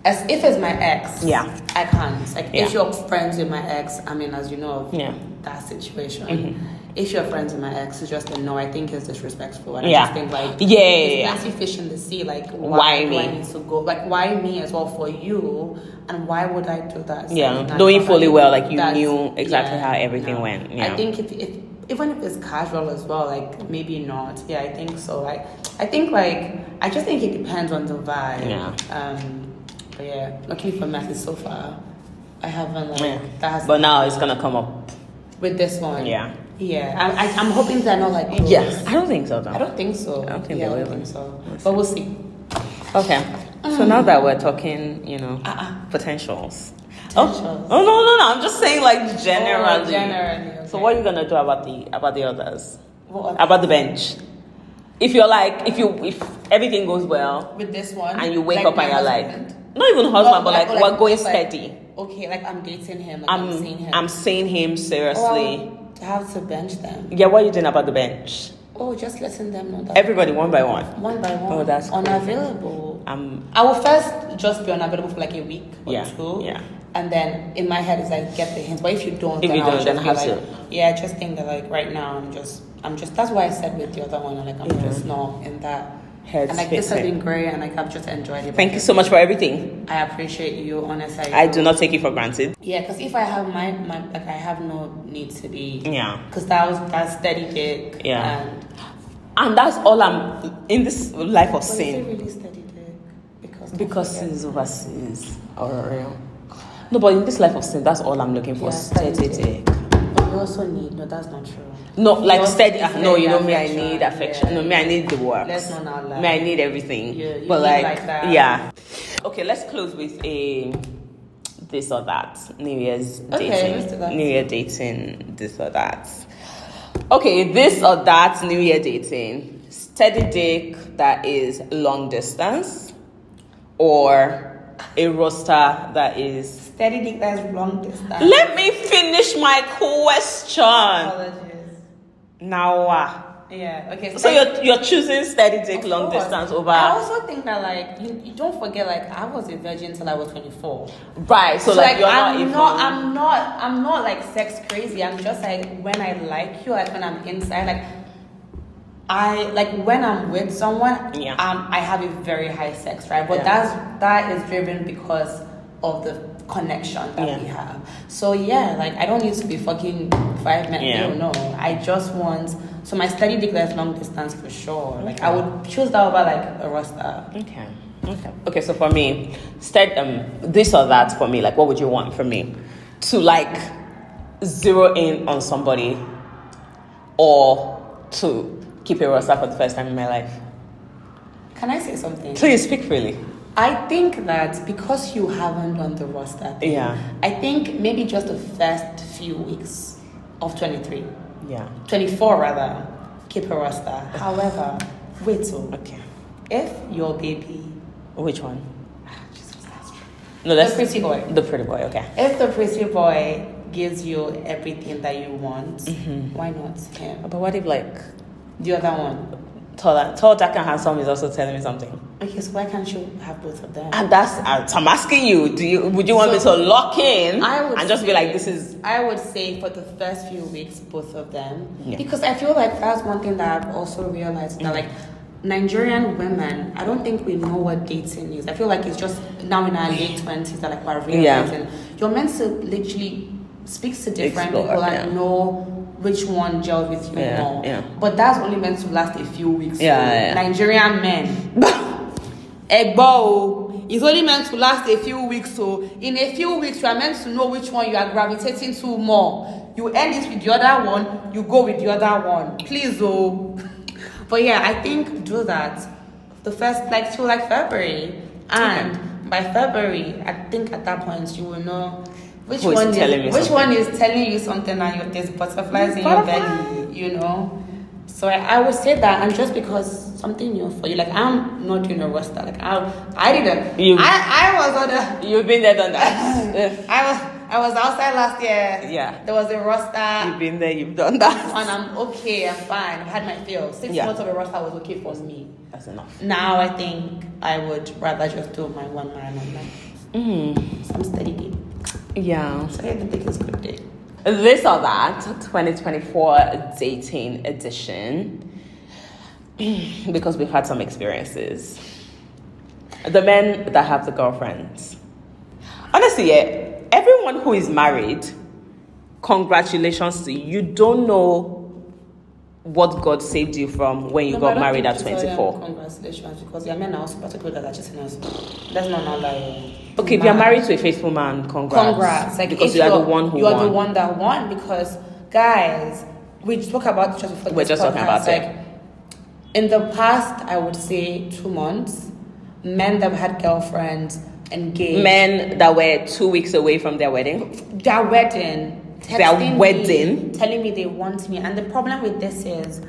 B: As if it's my ex,
A: Yeah.
B: I can't. Like
A: Yeah.
B: if you're friends with my ex, I mean as you know of
A: Yeah. Mm-hmm.
B: that situation. If you're friends with my ex, it's just a no, I think it's disrespectful. And I
A: Yeah.
B: just think like
A: Yeah, yeah,
B: it's
A: yeah.
B: nasty fish in the sea. Like
A: Why
B: do I
A: me?
B: need to go like why me as well for you and why would I do that?
A: Yeah,
B: Like,
A: knowing
B: that's-
A: fully well, like, you
B: that's-
A: knew exactly how everything went, yeah.
B: I think if, if even if it's casual as well, like maybe not. Yeah, I think so. Like I think like I just think it depends on the vibe.
A: Yeah.
B: Um but yeah, luckily for Matthew so far. I haven't like
A: Yeah.
B: that has
A: But now it's gonna come up.
B: with this one.
A: Yeah.
B: Yeah, I, I, I'm hoping they're not like. close.
A: Yes, I don't think so. Though.
B: I don't think so.
A: I don't think
B: yeah,
A: they
B: I
A: will.
B: don't think so.
A: We'll
B: But we'll see.
A: Okay. So now that we're talking, you know,
B: Mm. Uh-uh.
A: potentials. Oh,
B: Potentials.
A: oh no no no! I'm just saying like generally.
B: Oh, generally, okay.
A: So what are you gonna do about the about the others?
B: What-
A: About the bench? If you're like if you if everything goes well
B: with this one,
A: and you wake
B: like
A: up
B: my
A: and you're
B: husband.
A: like not even husband, but
B: Oh,
A: like,
B: oh,
A: we're going
B: just like-
A: steady.
B: okay, like I'm dating him. Like I'm,
A: I'm
B: seeing him.
A: I'm seeing him seriously.
B: Oh, I have to bench them.
A: Yeah, what are you doing about the bench?
B: Oh, just letting them know that
A: Everybody one by one.
B: one by one.
A: Oh, that's cool.
B: unavailable.
A: Um,
B: I will first just be unavailable for like a week or
A: Yeah,
B: two.
A: yeah.
B: And then in my head is like get the hint. But if you don't,
A: If
B: then
A: you
B: I'll
A: don't,
B: just
A: then
B: be
A: have
B: like,
A: to.
B: yeah, I just think that like right now I'm just I'm just that's why I said with the other one like I'm just not in that.
A: Head
B: and like this has
A: space.
B: been great, and like I've just enjoyed it.
A: thank you so much for everything.
B: I appreciate you, honestly.
A: I do not take it for granted.
B: Yeah, because if I have my, my like I have no need to be.
A: Yeah.
B: Because that was that's steady dick.
A: Yeah. Oh,
B: And
A: And that's all I'm in this life of
B: But is it
A: sin.
B: really steady dick? Because don't
A: Because
B: forget-
A: sin is overseas or real. No, but in this life of sin, that's all I'm looking for.
B: Yeah,
A: steady
B: steady.
A: dick.
B: But we also need no, that's not true.
A: No, like
B: also
A: steady.
B: need
A: ah, No, you know me. I
B: affection,
A: need affection.
B: yeah.
A: No, me. I need the work.
B: Let's not now lie.
A: Me, I need everything.
B: Yeah, you
A: but
B: need
A: like,
B: like that.
A: yeah. Okay, let's close with a this or that New Year's
B: Okay,
A: dating.
B: let's do that.
A: New Year dating. This or that. Okay, this or that New Year dating. Steady dick that is long distance, or a roster that is.
B: Steady dick that's long distance.
A: Let me finish my question.
B: Apologies.
A: Now. ah.
B: Yeah. Okay.
A: So you're you're choosing steady dick
B: Of
A: long
B: course.
A: distance
B: I
A: over
B: also think that like you, you don't forget like I was a virgin till I was twenty four.
A: right. So, like, you're
B: I'm
A: not even.
B: I'm not I'm not like sex crazy. I'm just like when I like you, like when I'm inside, like I like when I'm with someone,
A: Yeah.
B: um, I have a very high sex drive. But
A: Yeah.
B: that's that is driven because of the connection that
A: Yeah.
B: we have. So yeah, like I don't need to be fucking five men.
A: Yeah.
B: No, no. I just want so my study degree is long distance for sure. Like I would choose that over like a roster.
A: okay. Okay. Okay. So for me, stead um this or that for me. Like, what would you want from me? To like zero in on somebody, or to keep a roster for the first time in my life.
B: Can I say something?
A: Please speak freely.
B: I think that because you haven't done the roster thing,
A: Yeah.
B: I think maybe just the first few weeks of 23,
A: Yeah.
B: 24 rather, keep a roster. However, wait till
A: Okay.
B: if your baby,
A: Which one?
B: Ah, Jesus, that's true.
A: No, that's
B: the pretty boy,
A: the pretty boy. Okay.
B: if the pretty boy gives you everything that you want, why not him?
A: But what if like
B: The other one.
A: tall, tall, dark, and handsome is also telling me something?
B: Okay, so why can't you have both of them?
A: And that's uh, so I'm asking you. Do you would you want
B: So-
A: me to lock in
B: I would
A: and just be
B: say-
A: like, this is
B: I would say for the first few weeks, both of them,
A: Yeah.
B: because I feel like that's one thing that I've also realized that like Nigerian women, I don't think we know what dating is. I feel like it's just now in our late twenties that like we're
A: Yeah.
B: realizing you're meant to literally speak to different
A: Explore,
B: people and
A: yeah.
B: know which one gels with you
A: Yeah,
B: more.
A: yeah.
B: But that's only meant to last a few weeks.
A: Yeah,
B: So
A: yeah.
B: Nigerian men. Egbo, it's only meant to last a few weeks. So in a few weeks, you are meant to know which one you are gravitating to more. You end it with the other one, you go with the other one. Please, oh. But yeah, I think do that. The first, like till like February, and by February, I think at that point you will know which
A: Who is
B: one is,
A: telling you
B: which
A: something.
B: one is telling you something, and you there's butterflies in your
A: Butterflies.
B: belly you know. So I, I would say that, and just because something new for you, like I'm not doing a roster, like I, I didn't,
A: You-
B: I, I was on the,
A: you've been there, done that.
B: I was, I was outside last year.
A: Yeah.
B: There was a roster,
A: you've been there, you've done that.
B: and I'm okay, I'm fine, I've had my fill. Six
A: Yeah.
B: months of a roster was okay for me.
A: That's enough.
B: Now I think I would rather just do my one man and like
A: Mm,
B: some steady dick.
A: yeah.
B: So I think the dick is good dick.
A: This or that 2024 dating edition because we've had some experiences. The men that have the girlfriends. Honestly, yeah, everyone who is married, congratulations to you. You don't know what God saved you from when you
B: No, but I
A: got
B: don't
A: married
B: think
A: at
B: you tell them
A: 24.
B: Congratulations, because your men are also particular that are cheating us. That's not not like.
A: Okay, if you're married to a faithful man, congrats.
B: congrats. Like
A: because
B: if
A: you are the
B: you're-
A: one who
B: you are
A: won.
B: the one that won because guys, we spoke about just before
A: We're
B: this
A: just talking
B: podcast,
A: about it.
B: like in the past I would say two months, men that had girlfriends engaged
A: Men that were two weeks away from their wedding.
B: their wedding.
A: Their
B: texting me,
A: wedding?
B: telling me they want me. And the problem with this is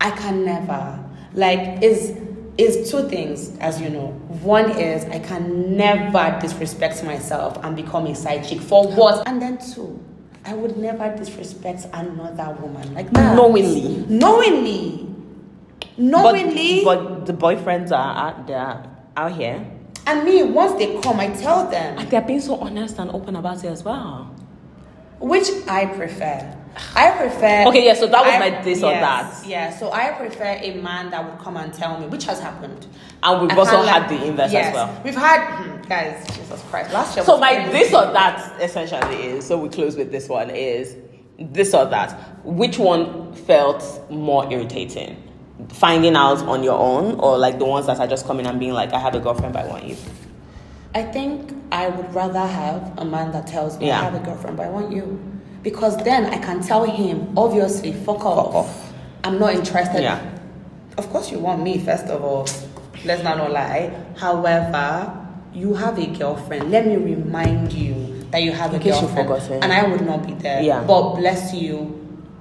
B: I can never. Like is is two things, as you know. One is I can never disrespect myself and become a side chick for what? And then two, I would never disrespect another woman like that.
A: Knowingly.
B: Knowingly.
A: But-
B: Knowingly.
A: But, the boyfriends are out there, out here.
B: and me, once they come, I tell them.
A: And they're being so honest and open about it as well.
B: which I prefer. I prefer.
A: Okay, yeah, so that was my this or that.
B: Yeah, so I prefer a man that would come and tell me, which has happened.
A: And we've
B: I
A: also
B: can't lie.
A: had the inverse
B: Yes,
A: as well.
B: We've had hmm, guys, Jesus Christ, last year.
A: So
B: was
A: my
B: crazy.
A: this or that essentially is. So we close with this one is this or that. Which one felt more irritating? Finding out on your own, or like the ones that are just coming and being like, "I have a girlfriend, but I want you."
B: I think I would rather have a man that tells me
A: Yeah.
B: I have a girlfriend, but I want you, because then I can tell him obviously, fuck off.
A: off.
B: I'm not interested.
A: Yeah.
B: Of course, you want me first of all. Let's not not lie. However, you have a girlfriend. Let me remind you that you have
A: In
B: a
A: case you
B: girlfriend,
A: forgot, eh?
B: and I would not be there.
A: Yeah.
B: But bless you.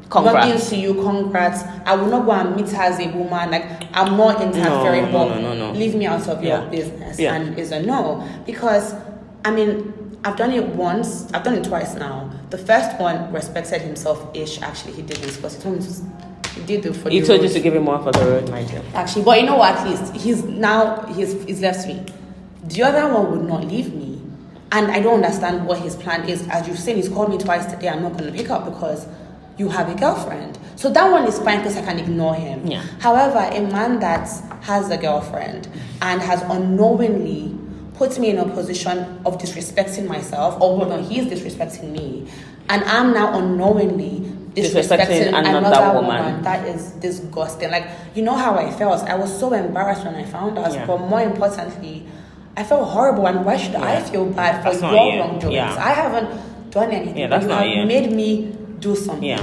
A: Congrats.
B: Nothing to you. Congrats. I will not go and meet her as a woman. Like I'm not interfering.
A: no,
B: but
A: no, no, no.
B: Leave me out of your
A: Yeah.
B: business.
A: Yeah.
B: And is a no because I mean I've done it once, I've done it twice now. The first one respected himself ish. Actually, he did this because he told me to, he did it for
A: He
B: the
A: told you
B: road.
A: to give him one for the road, mind you.
B: actually, but you know what? At least he's now he's he's left me. The other one would not leave me, and I don't understand what his plan is. As you've seen, he's called me twice today. I'm not going to pick up because you have a girlfriend. So that one is fine because I can ignore him.
A: Yeah.
B: However, a man that has a girlfriend and has unknowingly put me in a position of disrespecting myself, or hold on, he is disrespecting me, and I'm now unknowingly disrespecting,
A: Disrespecting
B: another,
A: another
B: woman.
A: woman.
B: That is disgusting. Like, you know how I felt? I was so embarrassed when I found out,
A: Yeah.
B: but more importantly, I felt horrible. And why should I
A: Yeah.
B: feel bad for
A: That's not
B: your
A: you.
B: wrongdoings?
A: Yeah.
B: I haven't done anything.
A: Yeah, that's
B: you
A: not
B: have
A: you.
B: made me do something.
A: Yeah.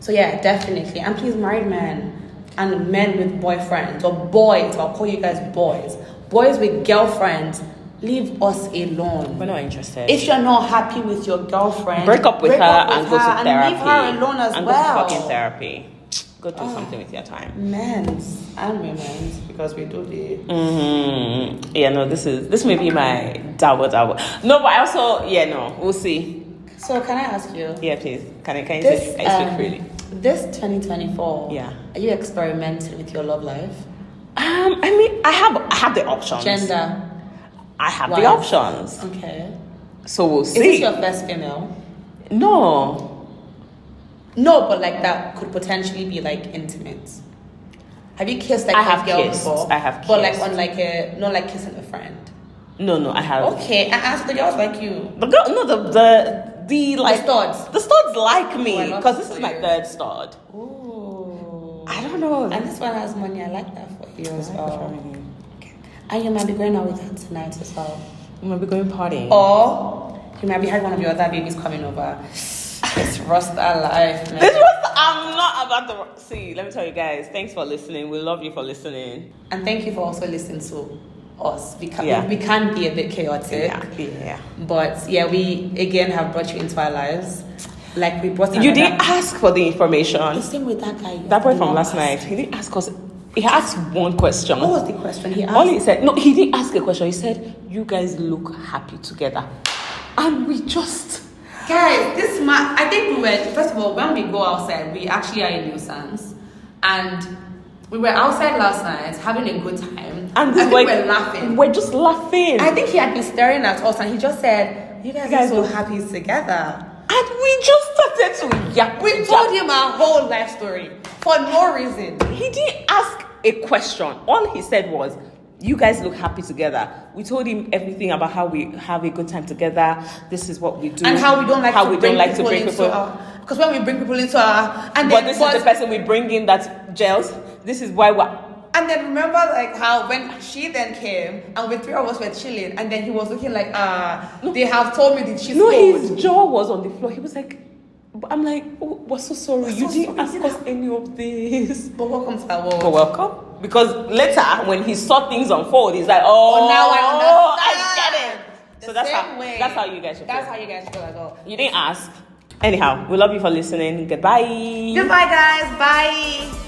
B: So yeah, definitely. And please, married men and men with boyfriends or boys, I'll call you guys boys, boys with girlfriends, leave us alone.
A: We're not interested.
B: If you're not happy with your girlfriend,
A: break up with her and go to
B: and
A: therapy
B: leave her alone as
A: and
B: well.
A: Go to fucking therapy. Go do something with your time.
B: Men's and women's because we do the
A: hmm Yeah, no, this is this may be my double double. No, but I also yeah, no, we'll see.
B: So can I ask you?
A: Yeah, please. Can I can you say can you speak
B: um,
A: freely?
B: This 2024.
A: Yeah.
B: Are you experimenting with your love life?
A: Um, I mean, I have I have the options.
B: Gender.
A: I have
B: wise.
A: the options,
B: Okay.
A: so we'll
B: Is this
A: see.
B: your first female?
A: no,
B: No, but like that could potentially be like intimate. Have you kissed like
A: I
B: a
A: have
B: girl
A: kissed.
B: before?
A: I have
B: But like
A: kissed.
B: on like a not like kissing a friend.
A: no, no. I have
B: Okay, I asked the girls like you.
A: the girl. No, the the the like
B: studs.
A: The studs like me
B: Oh, I love
A: because
B: it
A: this
B: for
A: is my
B: you.
A: third stud.
B: Ooh.
A: I don't know.
B: And this one has money. I like that for you as
A: I like that for
B: well.
A: me.
B: Okay. And you might be going out with her tonight as well.
A: I'm gonna be going partying.
B: Or you might be having one of your other babies coming over. It's Rasta life, man.
A: This was I'm not about to see. Let me tell you guys. Thanks for listening. We love you for listening.
B: And thank you for also listening to us. We can,
A: Yeah.
B: we can be a bit chaotic.
A: Yeah, yeah.
B: But yeah, we again have brought you into our lives. Like we brought
A: You didn't
B: another-
A: ask for the information.
B: The same with that guy.
A: That boy from
B: No.
A: last night. He didn't ask us. He asked one question.
B: What was the question he
A: All he
B: asked?
A: said, no, he didn't ask a question. He said, "You guys look happy together," and we just.
B: Guys, this man, I think we were, first of all, when we go outside, we actually are a nuisance. And we were outside last night having a good time.
A: And
B: I
A: this
B: think
A: boy,
B: we're laughing.
A: We're just laughing,
B: I think he had been staring at us and he just said, You guys,
A: You guys
B: are so
A: look-
B: happy together.
A: and we just started to yap.
B: We told him our whole life story for no reason.
A: He didn't ask a question. All he said was, "You guys look happy together." We told him everything about how we have a good time together. This is what we do,
B: And how we don't like
A: how
B: to
A: we
B: bring
A: don't like to
B: people
A: bring
B: into
A: people.
B: our because when we bring people into our and
A: but
B: then
A: this is the person we bring in that gels. This is why we're
B: and then remember like how when she then came and we three of us were chilling and then he was looking like ah they have told me the cheese
A: no,
B: code.
A: his jaw was on the floor. He was like, But I'm like, oh, we're so sorry.
B: We're
A: you
B: so
A: didn't
B: sorry,
A: ask
B: you
A: us any of this.
B: But welcome to our
A: You're
B: world.
A: welcome. Because later, when he saw things unfold, he's like, oh,
B: But now I
A: oh, I
B: understand.
A: get it.
B: The
A: so that's
B: same
A: how
B: way.
A: that's how you guys should.
B: That's
A: feel.
B: how you guys feel as well.
A: you didn't ask. Anyhow, we love you for listening. Goodbye.
B: Goodbye, guys. Bye.